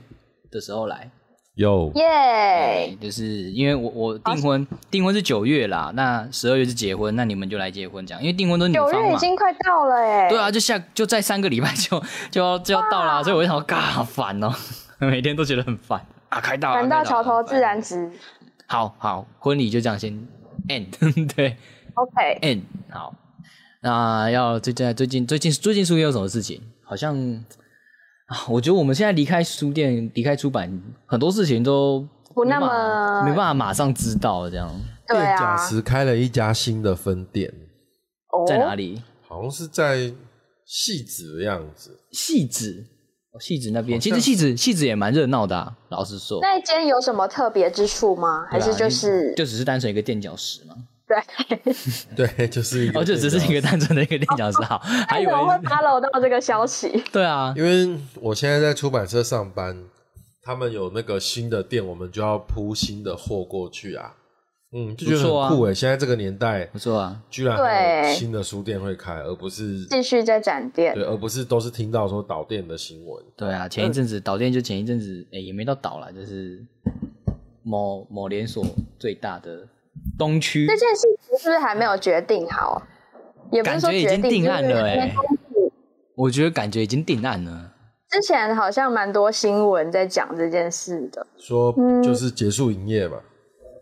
B: 的时候来。
A: 啊
C: 有
A: 耶！
B: 就是因为我我订婚订婚是九月啦，那十二月是结婚，那你们就来结婚这样，因为订
C: 嗯
B: 婚都是女
A: 九
B: 方
A: 月已
B: 嘛。
A: 经快到了哎。
B: 对啊，就下就在三个礼拜就 就要就要到啦，所以我就想说，嘎，好烦哦， 每天都觉得很烦啊，开到了
A: 反到桥
C: 哎
A: 头自。
B: 开了
A: 然直。
B: 好好，婚礼就这样先 end，对
A: OK，
C: 哎
B: end 好。那要最近最近最近最近书店有什么事情？好像啊，我觉得我们现在离开书店、离开出版，很多事情都
A: 不
B: 没
A: 那
B: 办法
A: 么
B: 没办法马上知道这样。
A: 对
C: 店
A: 啊
C: 假。石开了一家新的分店，
A: 哦
B: 在哪里？
C: 好像是在戏子的样子。
B: 戏子，哦戏子那边
C: 好
B: 其
C: 像
B: 实戏子戏子也蛮热闹的、啊，老实说，啊
A: 那一间有什么特别之处吗？
C: 啊
A: 还是就是
B: 就只是单纯一个垫脚石嘛？
A: 对？
C: 对， 就是一个
B: 哦，就只是一个单纯的一个垫脚石，好，还以 为
A: 我哎会 follow 到这个消息？
B: 对啊，
C: 因为我现在在出版社上班，他们有那个新的店，我们就要铺新的货过去啊。嗯，就觉得
B: 不错啊
C: 很酷哎、现在这个年代
B: 不，错啊，
C: 居然还有
A: 对
C: 新的书店会开，而不是
A: 继续在展店
C: 对，而不是都是听到说倒店的新闻。
B: 对啊，前一阵子导电就前一阵子，哎、也没到倒了，就是某某连锁最大的东区
A: 这，件事情是不是还没有决定好啊？也不是说
B: 感觉已
A: 决
B: 经
A: 定，
B: 定案了
A: 就是
B: 哎我觉得感觉已经定案了。
A: 之前好像蛮多新闻在讲这件事的，
C: 说就是结束营业嘛，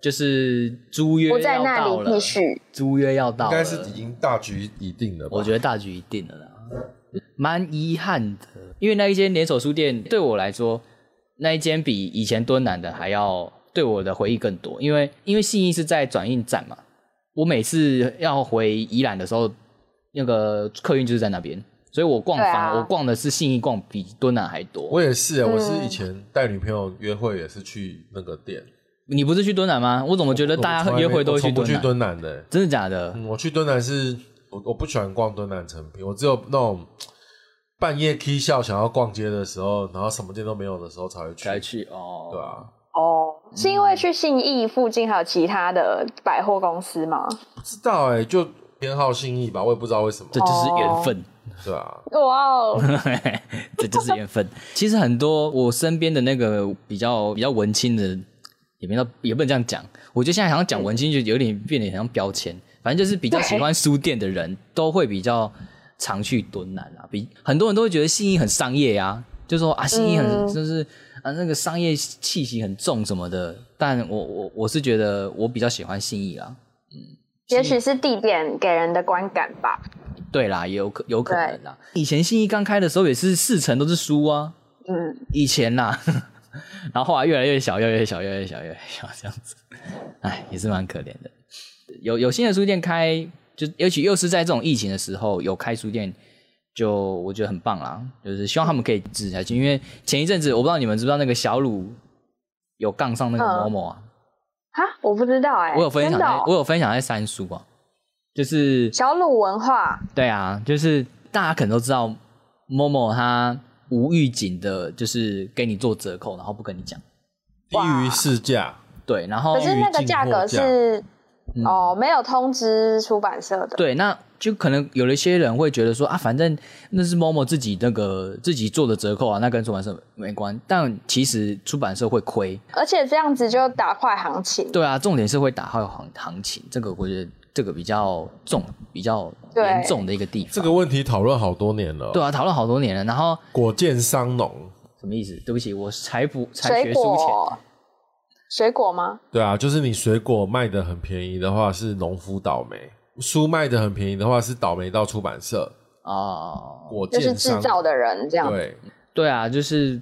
B: 就是租约
A: 不在
B: 要
A: 那
B: 到
A: 里
B: 了
A: 继，续。
B: 租约要到
C: 应
B: 了，
C: 该是已经大局已定了吧？
B: 我觉得大局已定了啦，蛮遗憾的，因为那一间连锁书店对我来说，那一间比以前敦南的还要对我的回忆更多，因为因为信义是在转运站嘛，我每次要回宜兰的时候，那个客运就是在那边，所以我逛
A: 对啊
B: 反而、我逛的是信义逛比敦南还多。
C: 我也是、欸，我是以前带女朋友约会也是去那个店，
B: 你不是去敦南吗？我怎么觉得大
C: 我从
B: 家
C: 来没
B: 约会都
C: 我
B: 会去
C: 从不
B: 敦
C: 去
B: 南？
C: 敦南的欸、
B: 真的假的？
C: 嗯，我去敦南是，我我不喜欢逛敦南成品，我只有那种半夜 K 笑想要逛街的时候，然后什么店都没有的时候才会去，
B: 才去哦。
C: 对啊，
A: 哦，是因
B: 嗯
A: 为去信义附近还有其他的百货公司吗？
C: 不知道哎、就偏好心意吧，我也不知道为什么，
B: 这就是缘
A: 哦
B: 分。
C: 对啊，
A: 哇哦，
B: 这就是缘分。其实很多我身边的那个比较比较文青的，也没到也不能这样讲。我觉得现在好像讲文青就有点变得很像标签，反正就是比较喜欢书店的人都会比较常去敦南啊，比很多人都会觉得信义很商业啊，就说啊信义很、
A: 嗯
B: 就是啊那个商业气息很重什么的。但我我我是觉得我比较喜欢信义啊啦，
A: 也许是地点给人的观感吧。
B: 对啦，也有可有可能啦。以前信义刚开的时候也是四成都是书啊，
A: 嗯，
B: 以前啦， 然后后来越来越小，越来越小，越来越小，越来越小这样子，哎，也是蛮可怜的。有有新的书店开，就尤其又是在这种疫情的时候有开书店，就我觉得很棒啦。就是希望他们可以支持下去，因为前一阵子我不知道你们知不知道那个小鲁有杠上那个
A: 嗯
B: 某某啊，
A: 哈，我不知道哎、
B: 我有分享
A: 真的
B: 在
A: 哦、
B: 我有分享在三叔啊，就是
A: 小鲁文化，
B: 对啊，就是大家可能都知道，Momo 他无预警的，就是给你做折扣，然后不跟你讲。
C: 低于市价，
B: 对，然后
A: 可是那个价格是
B: 进货价嗯
A: 哦，没有通知出版社的。
B: 对，那就可能有一些人会觉得说啊，反正那是 Momo 自己那个自己做的折扣啊，那跟出版社没关。但其实出版社会亏，
A: 而且这样子就打坏行情。
B: 对啊，重点是会打坏行行情，这个我觉得这个比较重、比较
A: 对
B: 严重的一个地方。
C: 这个问题讨论好多年了，
B: 对，啊，讨论好多年了，然后
C: 果见商农，
B: 什么意思？对不起，我才不才
A: 水
B: 学书浅。
A: 果，水果吗？
C: 对啊，就是你水果卖的很便宜的话是农夫倒霉，书卖的很便宜的话是倒霉到出版社，
B: 哦，
C: 果
A: 就是
C: 见
A: 制
C: 商
A: 造的人这样。
C: 对，
B: 对啊，就是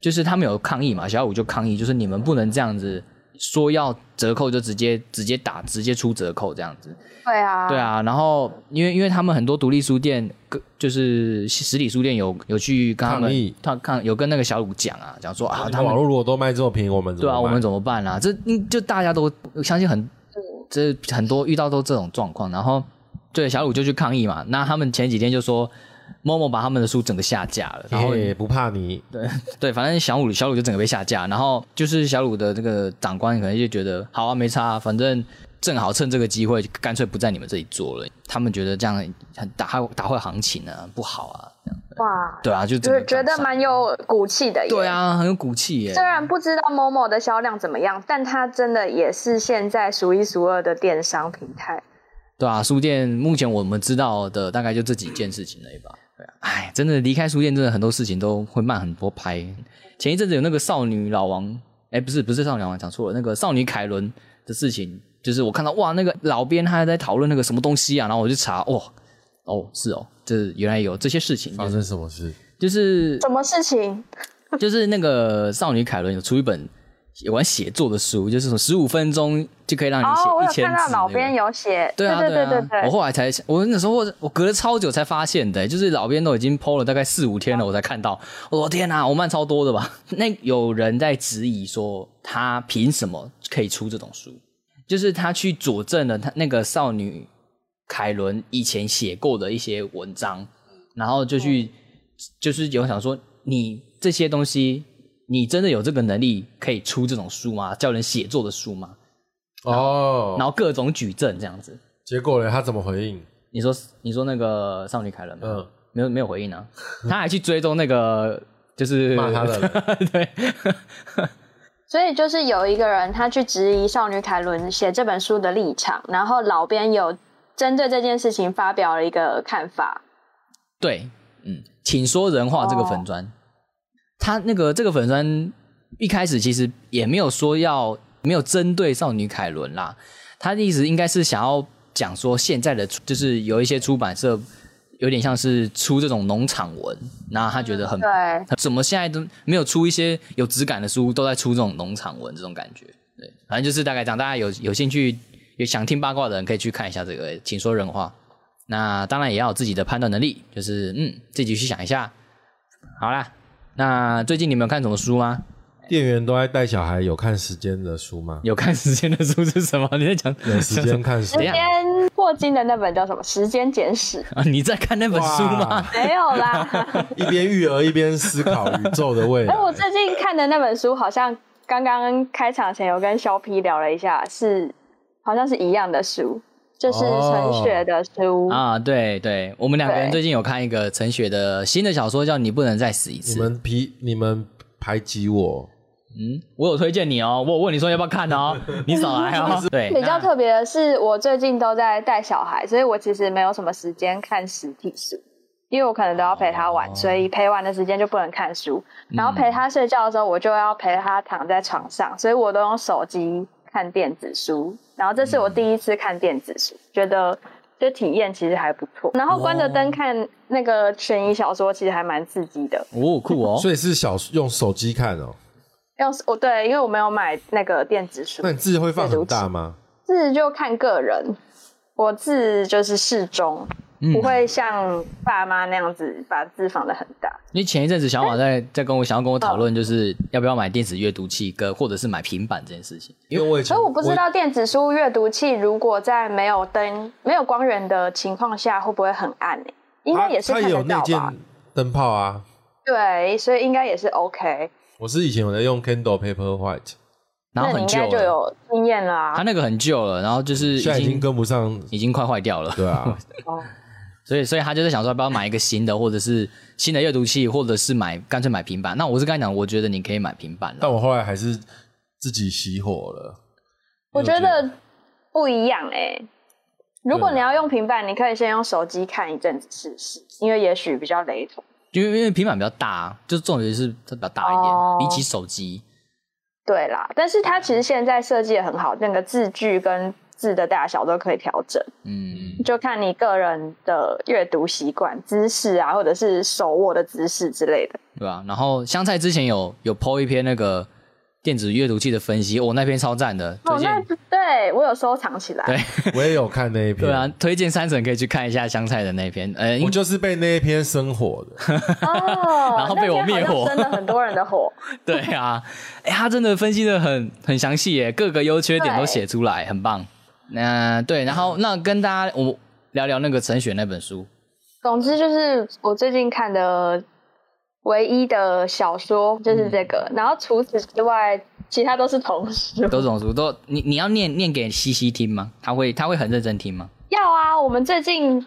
B: 就是他们有抗议嘛，小五就抗议，就是你们不能这样子说要折扣就直接直接打，直接出折扣这样子。
A: 对啊，
B: 对，啊，然后因为因为他们很多独立书店，跟就是实体书店有有去跟他
C: 抗
B: 们
C: 议哦
B: 他看有跟那个小鲁讲啊，讲说啊，
C: 你
B: 他
C: 们
B: 们
C: 网络如果都卖这么便宜，我们怎
B: 对
C: 么
B: 啊，我们
C: 怎
B: 怎么办啊？这嗯就大家都我相信很，这很多遇到都这种状况。然后对小鲁就去抗议嘛，那他们前几天就说某某把他们的书整个下架了，然后
C: 也不怕你，
B: 对，反正小鲁小鲁就整个被下架，然后就是小鲁的这个长官可能就觉得好啊，没差、啊，反正正好趁这个机会，干脆不在你们这里做了。他们觉得这样很打坏打坏行情啊，不好啊，
A: 哇，
B: 对啊，就
A: 就
B: 整个
A: 是觉得
B: 干上
A: 蛮有骨气的耶。
B: 对，啊，很有骨气耶
A: 虽。然不知道某某的销量怎么样，但它真的也是现在数一数二的电商平台。
B: 对啊，书店目前我们知道的大概就这几件事情而已吧。对啊，哎，真的离开书店，真的很多事情都会慢很多拍。前一阵子有那个少女老王，哎，不是不是少女老王，讲错了，那个少女凯伦的事情，就是我看到哇，那个老编他还在讨论那个什么东西啊，然后我就查，哇，哦，是哦，这原来有这些事情，
C: 发生什么事？
B: 就是
A: 什么事情？
B: 就是那个少女凯伦有出一本有关写作的书，就是什么十五分钟就可以让你
A: 哦，我
B: 写一
A: 有
B: 千字、
A: 看到老编有写，
B: 对啊，
A: 对
B: 啊，
A: 对
B: 我后来才想，我那时候我我隔了超久才发现的、就是老编都已经 PO 了大概四五天了，我才看到。我说天哪、我慢超多的吧？ 那有人在质疑说，他凭什么可以出这种书？就是他去佐证了他那个少女凯伦以前写过的一些文章，然后就
A: 嗯
B: 去、就是有想说，你这些东西，你真的有这个能力可以出这种书吗？叫人写作的书吗？
C: 哦，
B: 然后各种举证这样子。
C: 结果呢？他怎么回应？
B: 你说你说那个少女凯伦吗？
C: 嗯，
B: 没有没有回应啊，他还去追踪那个就是
C: 骂他的
B: 对，
A: 所以就是有一个人他去质疑少女凯伦写这本书的立场，然后老编有针对这件事情发表了一个看法。
B: 对，嗯，请说人话这个粉砖，他那个这个粉砖一开始其实也没有说要没有针对少女凯伦啦，他的意思应该是想要讲说现在的出就是有一些出版社有点像是出这种农场文，然后他觉得很、
A: 对，啊
B: 怎么现在都没有出一些有质感的书，都在出这种农场文这种感觉。对，反正就是大概这样。大家有有兴趣、有想听八卦的人，可以去看一下这个，请说人话。那当然也要有自己的判断能力，就是嗯，自己去想一下。好啦，那最近你们有看什么书吗？
C: 店员都在带小孩，有看时间的书 吗？
B: 有看时间的书是什么？你在讲
C: 有时
B: 讲什
C: 间
B: 么
C: 看书
A: 之
B: 怎？样
A: 前霍金的那本叫什么《时间简史》
B: 啊？ 你在看那本书吗？
A: 没有啦。
C: 一边育儿一边思考宇宙的 未
A: 哎，我
C: 来。
A: 最近看的那本书好像刚刚开场前有跟肖 P 聊了一下，是好像是一样的书，就是陈雪的书。
B: 啊，对对，我们两个人
A: 对
B: 最近有看一个陈雪的新的小说，叫《你不能再死一次
C: 你》。们批你们排挤我，
B: 嗯，我有推荐你哦，我有问你说要不要看 哦，你少来哦。对，
A: 比较
B: 那
A: 特别的是，我最近都在带小孩，所以我其实没有什么时间看实体书，因为我可能都要陪他玩，所以陪玩的时间就不能看书。然后陪他睡觉的时候，我就要陪他躺在床上，所以我都用手机看电子书。然后这是我第一次看电子书，觉得这体验其实还不错。然后关着灯看那个悬疑小说，其实还蛮刺激的。
B: 哦酷哦，
C: 所以是小用手机看哦。
A: 要是我对，因为我没有买那个电子书
C: 那，你字会放很大吗？
A: 字就看个人，我字就是适中。
B: 嗯
A: 不。会像爸妈那样子把字放的很大。
B: 因为前一阵子小马在在跟我想要跟我讨论，就是要不要买电子阅读器跟或者是买平板这件事情。
C: 因为我以
A: 所
C: 前
A: 以我不知道电子书阅读器如果在没有灯、没有光源的情况下，会不会很暗、欸？应该也是
C: 它
A: 看
C: 它
A: 得
C: 有
A: 到
C: 内建
A: 吧？
C: 灯泡啊。
A: 对，所以应该也是 OK。
C: 我是以前有在用 Kindle Paper White，
B: 然
A: 那
B: 后
A: 你
B: 很
A: 应
B: 旧
A: 该就
B: 了，
A: 有经验啊
B: 它
A: 啦。
B: 那个很旧了，然后就是已
C: 现在已经
B: 经
C: 跟不上。
B: 已经快坏掉了，
C: 对啊，
A: 哦，
B: 所以所以他就在想说要不要买一个新的，或者是新的阅读器，或者是买干脆买平板。那我是跟他讲，我觉得你可以买平板了
C: 但。我后来还是自己熄火了。
A: 我觉
C: 因为
A: 得不一样哎、如果
C: 对
A: 你
B: 啊
A: 要用平板，你可以先用手机看一阵子试试，因为也许比较雷同。
B: 因为因为平板比较大，啊就是重点是它比较大一点，
A: 哦
B: 比起手机。
A: 对啦，但是它其实现在设计的很好，那个字距跟字的大小都可以调整。
B: 嗯，
A: 就看你个人的阅读习惯、姿势啊，或者是手握的姿势之类的。
B: 对吧、然后香菜之前有有 PO 一篇那个电子阅读器的分析，哦，那篇超赞的，
A: 哦
B: 推，荐。
A: 那对我有收藏起来。
B: 对
C: 我也有看那一篇，
B: 对啊，推荐三婶可以去看一下香菜的那篇，呃，
C: 我就是被那一篇生火 的。
A: 哦，
B: 然后被我灭
A: 那天好
B: 火
A: 像生了很多人的 火。
B: 对啊，哎、他真的分析的很很详细耶，各个优缺点都
A: 对
B: 写出来，很棒。那、对，然后那跟大家我聊聊那个陈雪那本书，
A: 总之就是我最近看的唯一的小说就是这个，
B: 嗯
A: 然后除此之外，其他都是童书。
B: 都这种书都你你要念念给西西听吗？他会他会很认真听吗？
A: 要啊，我们最近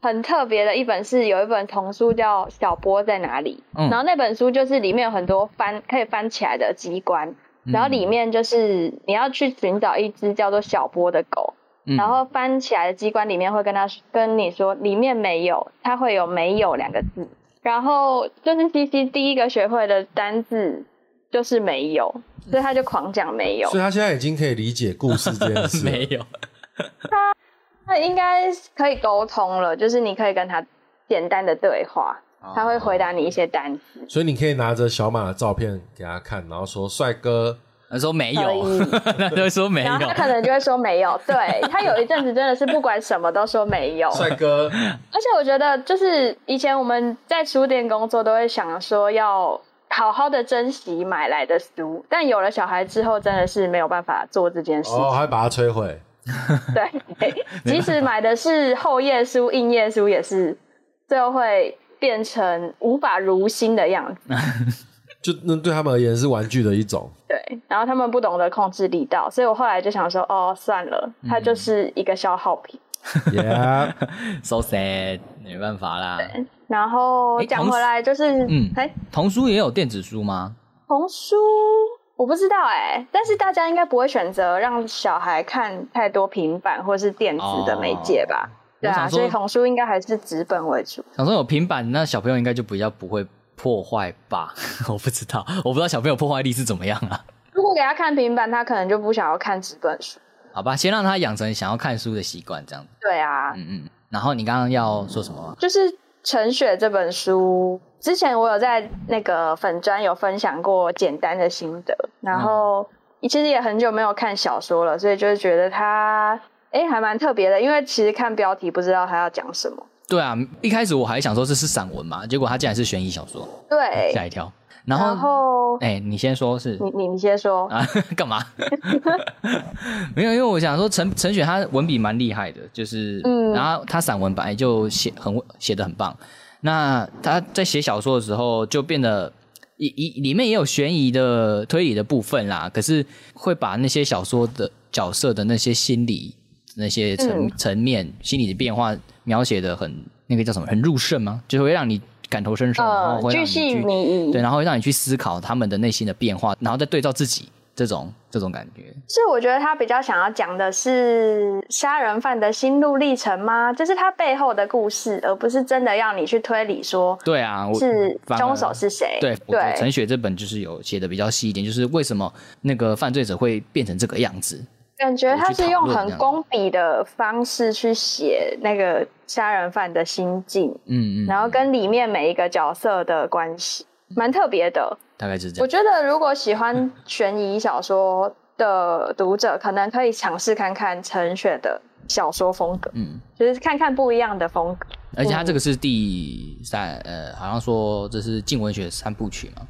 A: 很特别的一本是有一本童书叫《小波在哪里》，
B: 嗯
A: 然后那本书就是里面有很多翻可以翻起来的机关，
B: 嗯
A: 然后里面就是你要去寻找一只叫做小波的狗，
B: 嗯
A: 然后翻起来的机关里面会跟他跟你说里面没有，它会有没有两个字。然后就是 C C 第一个学会的单字就是没有，
B: 嗯
A: 所以他就狂讲没有
C: 所。以他现在已经可以理解故事这件事了。
B: 没有，
A: 那应该可以沟通了，就是你可以跟他简单的对话，
C: 哦
A: 他会回答你一些单词。
C: 所以你可以拿着小马的照片给他看，然后说：“帅 哥，
B: 他说没有
A: 可以，
B: 他就会说没哎有
A: 然后他可能就会说没有，对他有一阵子真的是不管什么都说没有，
C: 帅 哥，
A: 而且我觉得，就是以前我们在书店工作，都会想说要好好的珍惜买来的书，但有了小孩之后，真的是没有办法做这件事。
C: 哦，还把他摧毁。
A: 对，即使买的是厚页书、硬页书，也是最后会变成无法如新的样子。”
C: 就那对他们而言是玩具的 一种。
A: 对，然后他们不懂得控制力道，所以我后来就想说，哦，算了，它
B: 嗯
A: 就是一个消耗品。
C: Yeah，
B: so sad，没办法啦。
A: 然后
B: 诶
A: 讲
B: 同
A: 回
B: 时
A: 来，就是
B: 嗯
A: 哎、
B: 童书也有电子书吗？
A: 童书我不知道哎、但是大家应该不会选择让小孩看太多平板或是电子的媒介吧？对
B: 哦我
A: 啊，
B: 想说
A: 所以童书应该还是纸本为主。
B: 想说有平板，那小朋友应该就比较不会破坏吧？ 我不知道，我不知道小朋友破坏力是怎么样啊。
A: 如果给他看平板，他可能就不想要看纸本书。
B: 好吧，先让他养成想要看书的习惯，这样。
A: 对啊，
B: 嗯嗯。然后你刚刚要说什么吗？
A: 就是《陈雪》这本书，之前我有在那个粉专有分享过简单的心得，然
B: 嗯
A: 后其实也很久没有看小说了，所以就是觉得它哎还蛮特别的，因为其实看标题不知道它要讲什么。
B: 对啊，一开始我还想说这是散文嘛，结果它竟然是悬疑小说，
A: 对，
B: 吓一跳。然
A: 哎然
B: 后，
A: 后
B: 哎、你先说是
A: 你你你先说，
B: 啊？ 干嘛？没有，因为我想说陈陈雪她文笔蛮厉害的，就是，
A: 嗯
B: 然后她散文本来就写很写的很棒。那她在写小说的时候就变得。里里里面也有悬疑的推理的部分啦，可是会把那些小说的角色的那些心理、那些层、
A: 嗯
B: 层面、心理的变化描写的很那个叫什么，很入胜吗？就会让你感同身受，然后
A: 呃，
B: 会让
A: 巨
B: 你
A: 细
B: 去
A: 靡遗。
B: 对，然后会让你去思考他们的内心的变化，然后再对照自己这种这种感觉。
A: 是我觉得他比较想要讲的是杀人犯的心路历程吗？就是他背后的故事，而不是真的要你去推理说
B: 对啊，我
A: 是
B: 反而
A: 凶手是谁。
B: 对，我觉得
A: 对
B: 陈雪这本就是有写的比较细一点，就是为什么那个犯罪者会变成这个样子。
A: 感觉他是用
B: 有去讨论这
A: 很
B: 样
A: 工笔的方式去写那个杀人犯的心境，
B: 嗯嗯，
A: 然后跟里面每一个角色的关系，蛮特别的。
B: 大概就是这
A: 我
B: 样。
A: 觉得如果喜欢悬疑小说的读者，可能可以尝试看看陈雪的小说风格，
B: 嗯，
A: 就是看看不一样的风格。
B: 而且他这个是第三，呃，好像说这是静文学三部曲嘛，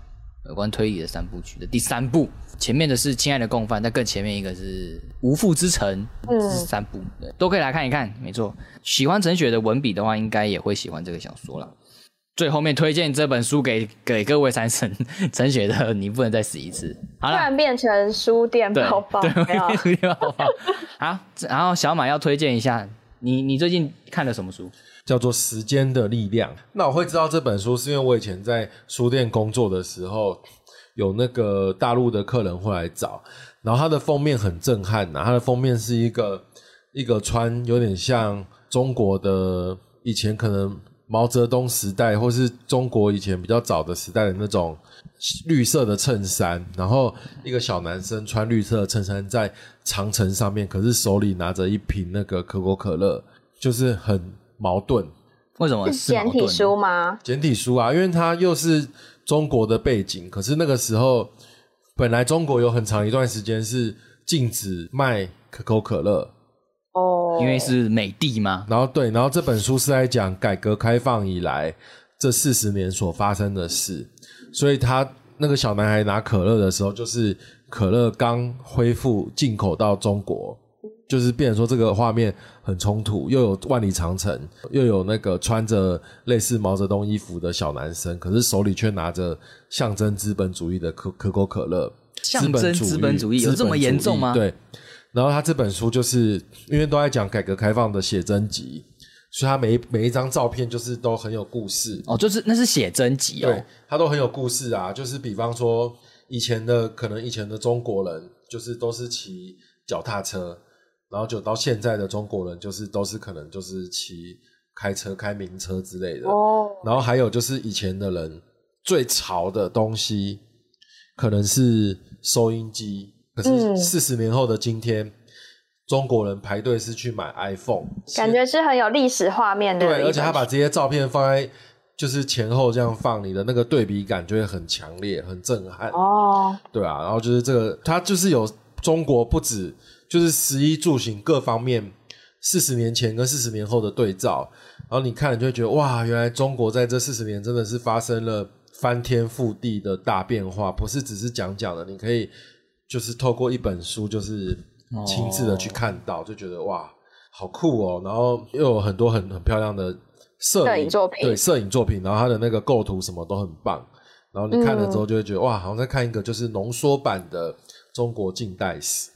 B: 有关推理的三部曲的第三部，前面的是《亲爱的共犯》，但更前面一个是《无父之城》，
A: 嗯
B: 这是三部，对都可以来看一看。没错，喜欢陈雪的文笔的话，应该也会喜欢这个小说了。最后面推荐这本书给给各位三神陈雪的，你不能再死一次。好
A: 突
B: 了，
A: 然变成书店
B: 对
A: 包包，没 有
B: 对，好吧。好，然后小马要推荐一下你，你最近看了什么书？
C: 叫做《时间的力量》。那我会知道这本书，是因为我以前在书店工作的时候，有那个大陆的客人会来找，然后它的封面很震撼呐、它的封面是一个一个穿有点像中国的以前可能毛泽东时代，或是中国以前比较早的时代的那种绿色的衬衫，然后一个小男生穿绿色的衬衫在长城上面，可是手里拿着一瓶那个可口可乐，就是很矛盾。
B: 为什么
A: 是
B: 是矛
A: 简
B: 盾
A: 体
B: 的
A: 书吗？
C: 简体书啊，因为它又是中国的背景，可是那个时候本来中国有很长一段时间是禁止卖可口可乐，
A: 哦，
B: 因为是美帝嘛，
C: 然后对，然后这本书是在讲改革开放以来这四十年所发生的事，所以他那个小男孩拿可乐的时候，就是可乐刚恢复进口到中国，就是变成说这个画面很冲突，又有万里长城，又有那个穿着类似毛泽东衣服的小男生，可是手里却拿着象征资本主义的可可口可乐，
B: 象征资本主义有
C: 资
B: 这么
C: 本
B: 严
C: 主
B: 重
C: 义
B: 吗
C: 对。然后他这本书就是因为都在讲改革开放的写真集，所以他每一每一张照片就是都很有故事。
B: 哦，就是那是写真集
C: 对
B: 哦，，
C: 他都很有故事啊。就是比方说，以前的可能以前的中国人就是都是骑脚踏车，然后就到现在的中国人就是都是可能就是骑开车、开名车之类的。
A: 哦，
C: 然后还有就是以前的人最潮的东西，可能是收音机。可是
A: 嗯
C: 四十年后的今天，中国人排队是去买 iPhone，
A: 感觉是很有历史画面的一本
C: 对，
A: 书。
C: 而且他把这些照片放在就是前后这样放，你的那个对比感就会很强烈、很震撼，
A: 哦，
C: 对啊。然后就是这个，它就是有中国不止就是食衣住行各方面，四十年前跟四十年后的对照，然后你看了就会觉得哇，原来中国在这四十年真的是发生了翻天覆地的大变化，不是只是讲讲的，你可以就是透过一本书，就是
A: 哦
C: 亲自的去看到，就觉得哇，好酷哦！然后又有很多很很漂亮的摄
A: 摄影作品
C: 对摄影作品，然后它的那个构图什么都很棒，然后你看了
B: 嗯
C: 之后就会觉得、哇，好像在看一个就是浓缩版的中国近代史。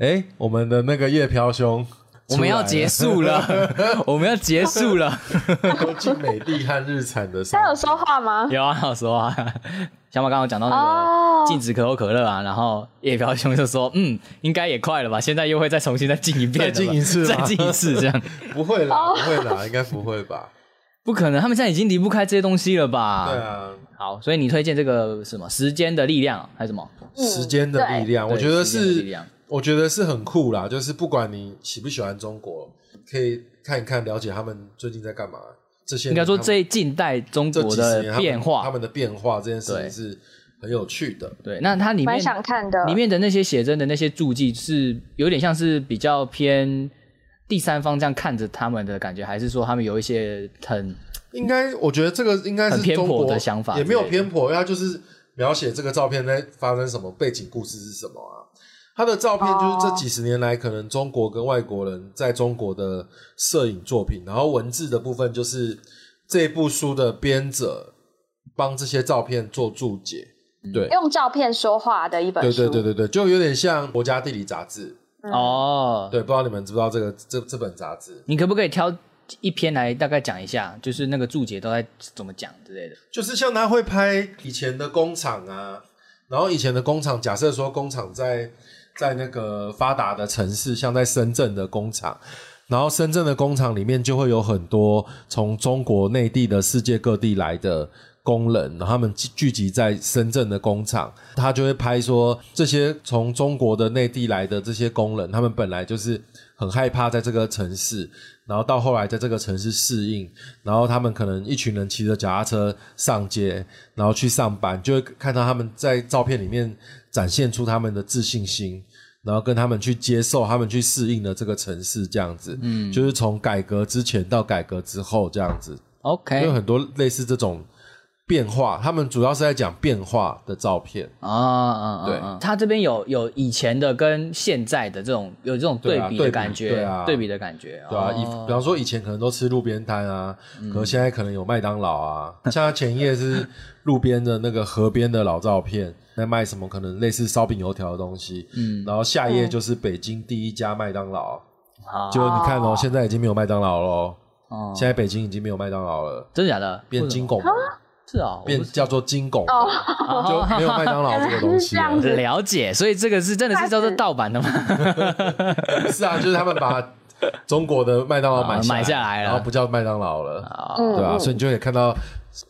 C: 哎，我们的那个叶飘兄。
B: 我们要
C: 出来了
B: 结束了， 我们要结束 了。
C: 都进美帝和日产的商
A: 他有
C: 品。
A: 说话吗？
B: 有啊，有说啊，小马刚刚讲到那
A: 哦
B: 个禁止可口可乐啊，然后叶飘兄就说，嗯，应该也快了吧，现在又会再重新再进一遍了吧，
C: 再进一次
B: 再
C: 吧
B: 进一次， 这样
C: 不会啦，
B: 哦
C: 不会啦，应该不会 吧？
B: 不可能，他们现在已经离不开这些东西了吧？
C: 对啊，
B: 好，所以你推荐这个什么时间的力量啊还是什么？
C: 时间的力量，
B: 嗯对
C: 我觉得
B: 时间的力
C: 是
B: 量，
C: 我觉得是很酷啦。就是不管你喜不喜欢中国，可以看一看，了解他们最近在干嘛。这些
B: 应该说
C: 他们
B: 这近代中
C: 这
B: 国
C: 几十
B: 的
C: 年他们
B: 变
C: 他
B: 化。
C: 们的变化这件事
B: 对
C: 情是很有趣的。
B: 对，那它里面
A: 蛮想看的。
B: 里面的那些写真的那些注记是有点像是比较偏第三方这样看着他们的感觉，还是说他们有一些很
C: 应该，我觉得这个应该
B: 很
C: 是
B: 偏颇
C: 中国
B: 的想法
C: 也没有
B: 之类的
C: 偏颇，因为它就是描写这个照片在发生什么背景故事是什么啊。他的照片就是这几十年来，可能中国跟外国人在中国的摄影作品，然后文字的部分就是这部书的编者帮这些照片做注解，
B: 嗯
C: 对，
A: 用照片说话的一本
C: 对
A: 书，
C: 对对对对，就有点像《国家地理》杂志，
B: 哦？
C: 对，不知道你们知不知道这个这这本杂志，
B: 你可不可以挑一篇来大概讲一下，就是那个注解都在怎么讲之类的？
C: 就是像他会拍以前的工厂啊，然后以前的工厂，假设说工厂在在那个发达的城市，像在深圳的工厂，然后深圳的工厂里面就会有很多从中国内地的世界各地来的工人，然后他们聚聚集在深圳的工厂，他就会拍说这些从中国的内地来的这些工人，他们本来就是很害怕在这个城市，然后到后来在这个城市适应，然后他们可能一群人骑着脚踏车上街，然后去上班，就会看到他们在照片里面展现出他们的自信心，然后跟他们去接受，他们去适应的这个城市这样子，嗯，就是从改革之前到改革之后这样子，有
B: OK
C: 很多类似这种变化，他们主要是在讲变化的照片，
B: 啊啊啊！
C: 对
B: 啊他这边有有以前的跟现在的这种有这种对
C: 对啊
B: 比
C: 对
B: 的
C: 比
B: 感觉，
C: 对啊
B: 比的感觉，
C: 对啊，以
B: 哦嗯
C: 比方说以前可能都吃路边摊啊，可是现在可能有麦当劳啊。像他前夜是路边的那个河边的老照片，在卖什么可能类似烧饼油条的东西。嗯，然后下一页就是北京第一家麦当
B: 哦
C: 劳，
B: 好
C: 结果你看哦，现在已经没有麦当劳喽，
B: 哦
C: 现在北京已经没有麦当劳了，
B: 真的假的？
C: 变金拱门，
B: 是哦，我
C: 变
B: 不知
C: 叫做金拱
A: 啊哦
C: 门，就没有麦当劳这个东西 了
A: 原来是这样子。
B: 了解，所以这个是真的是叫做盗版的吗？
C: 是啊，就是他们把中国的麦当劳买
B: 啊买下来了哦
C: 然后不叫麦当劳了，
A: 嗯，
C: 对啊，
A: 嗯
C: 所以你就可以看到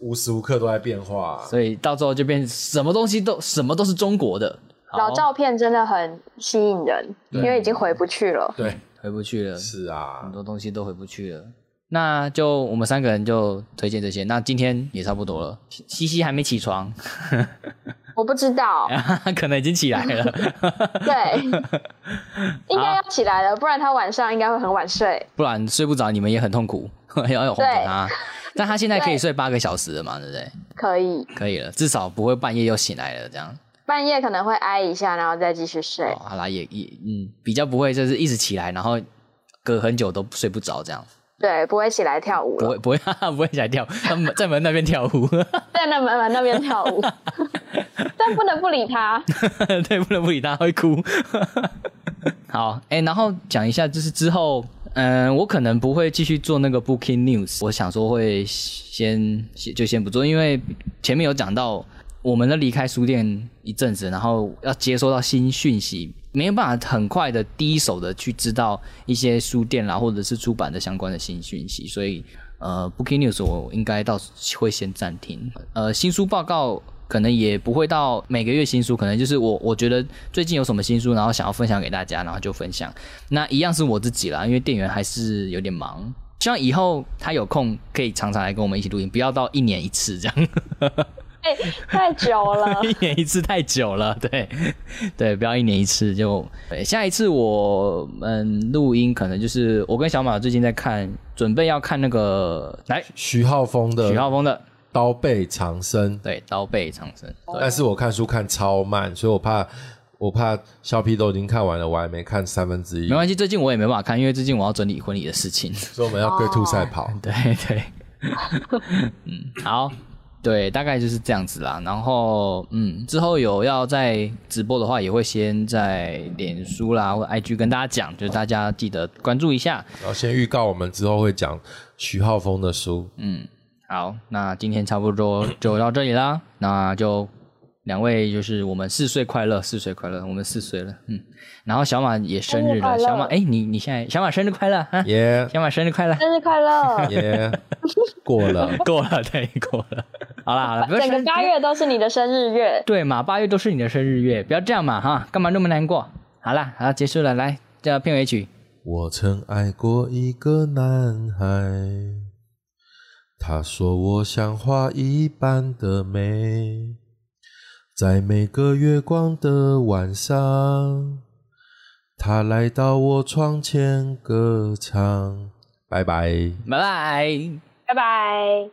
C: 无时无刻都在变化啊。
B: 所以到最后就变成什么东西都什么都是中国的，好
A: 老照片真的很吸引人，因为已经回不去了。
C: 对，
B: 回不去了，
C: 是
B: 很
C: 啊，
B: 多东西都回不去了。那就我们三个人就推荐这些，那今天也差不多了。西西还没起床，
A: 我不知 道，
B: 可能已经起来了。
A: 对，应该要起来了，不然他晚上应该会很晚睡。
B: 不然睡不着，你们也很痛苦， 要有哄着
A: 对
B: 他。但他现在可以
A: 对
B: 睡八个小时了嘛，对不对？
A: 可以，
B: 可以了，至少不会半夜又醒来了这样。
A: 半夜可能会挨一下，然后再继续睡。
B: 哦，好啦，也也嗯，比较不会就是一直起来，然后隔很久都睡不着这样，
A: 对，不会起来跳舞
B: 不
A: 了，
B: 会不 会不会起来跳，他们在门那边跳舞，
A: 在那门门那边跳 舞，但不能不理他。
B: 对，不能不理他会哭。 好，哎、然后讲一下，就是之后，嗯，我可能不会继续做那个 Booking News，我想说会先先就先不做，因为前面有讲到，我们的离开书店一阵子，然后要接收到新讯息，没有办法很快的第一手的去知道一些书店啦，或者是出版的相关的新讯息，所以呃，Booking News 我应该到会先暂停，呃，新书报告。可能也不会到每个月新书，可能就是我我觉得最近有什么新书，然后想要分享给大家，然后就分享。那一样是我自己啦，因为店员还是有点忙。希望以后他有空可以常常来跟我们一起录音，不要到一年一次这样，，
A: 哎、太久 了
B: 一年一次太久了。对，对，不要一年一次就。对下一次我们录音可能就是我跟小马最近在看，准备要看那个来
C: 徐浩峰的
B: 许浩峰的
C: 刀背藏身，
B: 对刀背长生，
C: 但是我看书看超慢，所以我怕我怕肖 P 都已经看完了，我还没看三分之一
B: 没，关系，最近我也没办法看，因为最近我要整理婚礼的事情。
C: 所以我们要龟兔赛跑。
B: 对对，嗯，好，对，大概就是这样子啦。然后，嗯，之后有要在直播的话，也会先在脸书啦或 IG 跟大家讲，就是大家记得关注一下。
C: 然后先预告我们之后会讲徐浩峰的书，
B: 好，那今天差不多就到这里啦，那就。两位就是我们四岁快乐，四岁快乐，我们四岁了，嗯，然后小马也生日
A: 生日快
B: 了，
A: 乐
B: 小马，哎，你你现在小马生日快乐哈，
C: 耶
B: 小马生日快乐，
A: 生日快乐！
C: 耶， 过了。
B: 过了，对，过了，好啦好啦，不要
A: 整
B: 生
A: 个
B: 日
A: 八月都是你的生日月，
B: 对嘛，八月都是你的生日月，不要这样嘛哈，干嘛那么难过？好啦，好啦，结束了，来叫片尾曲。
C: 我曾爱过一个男孩，他说我像花一般的美，在每个月光的晚上，他来到我窗前歌唱。拜拜。
B: 拜拜。
A: 拜拜。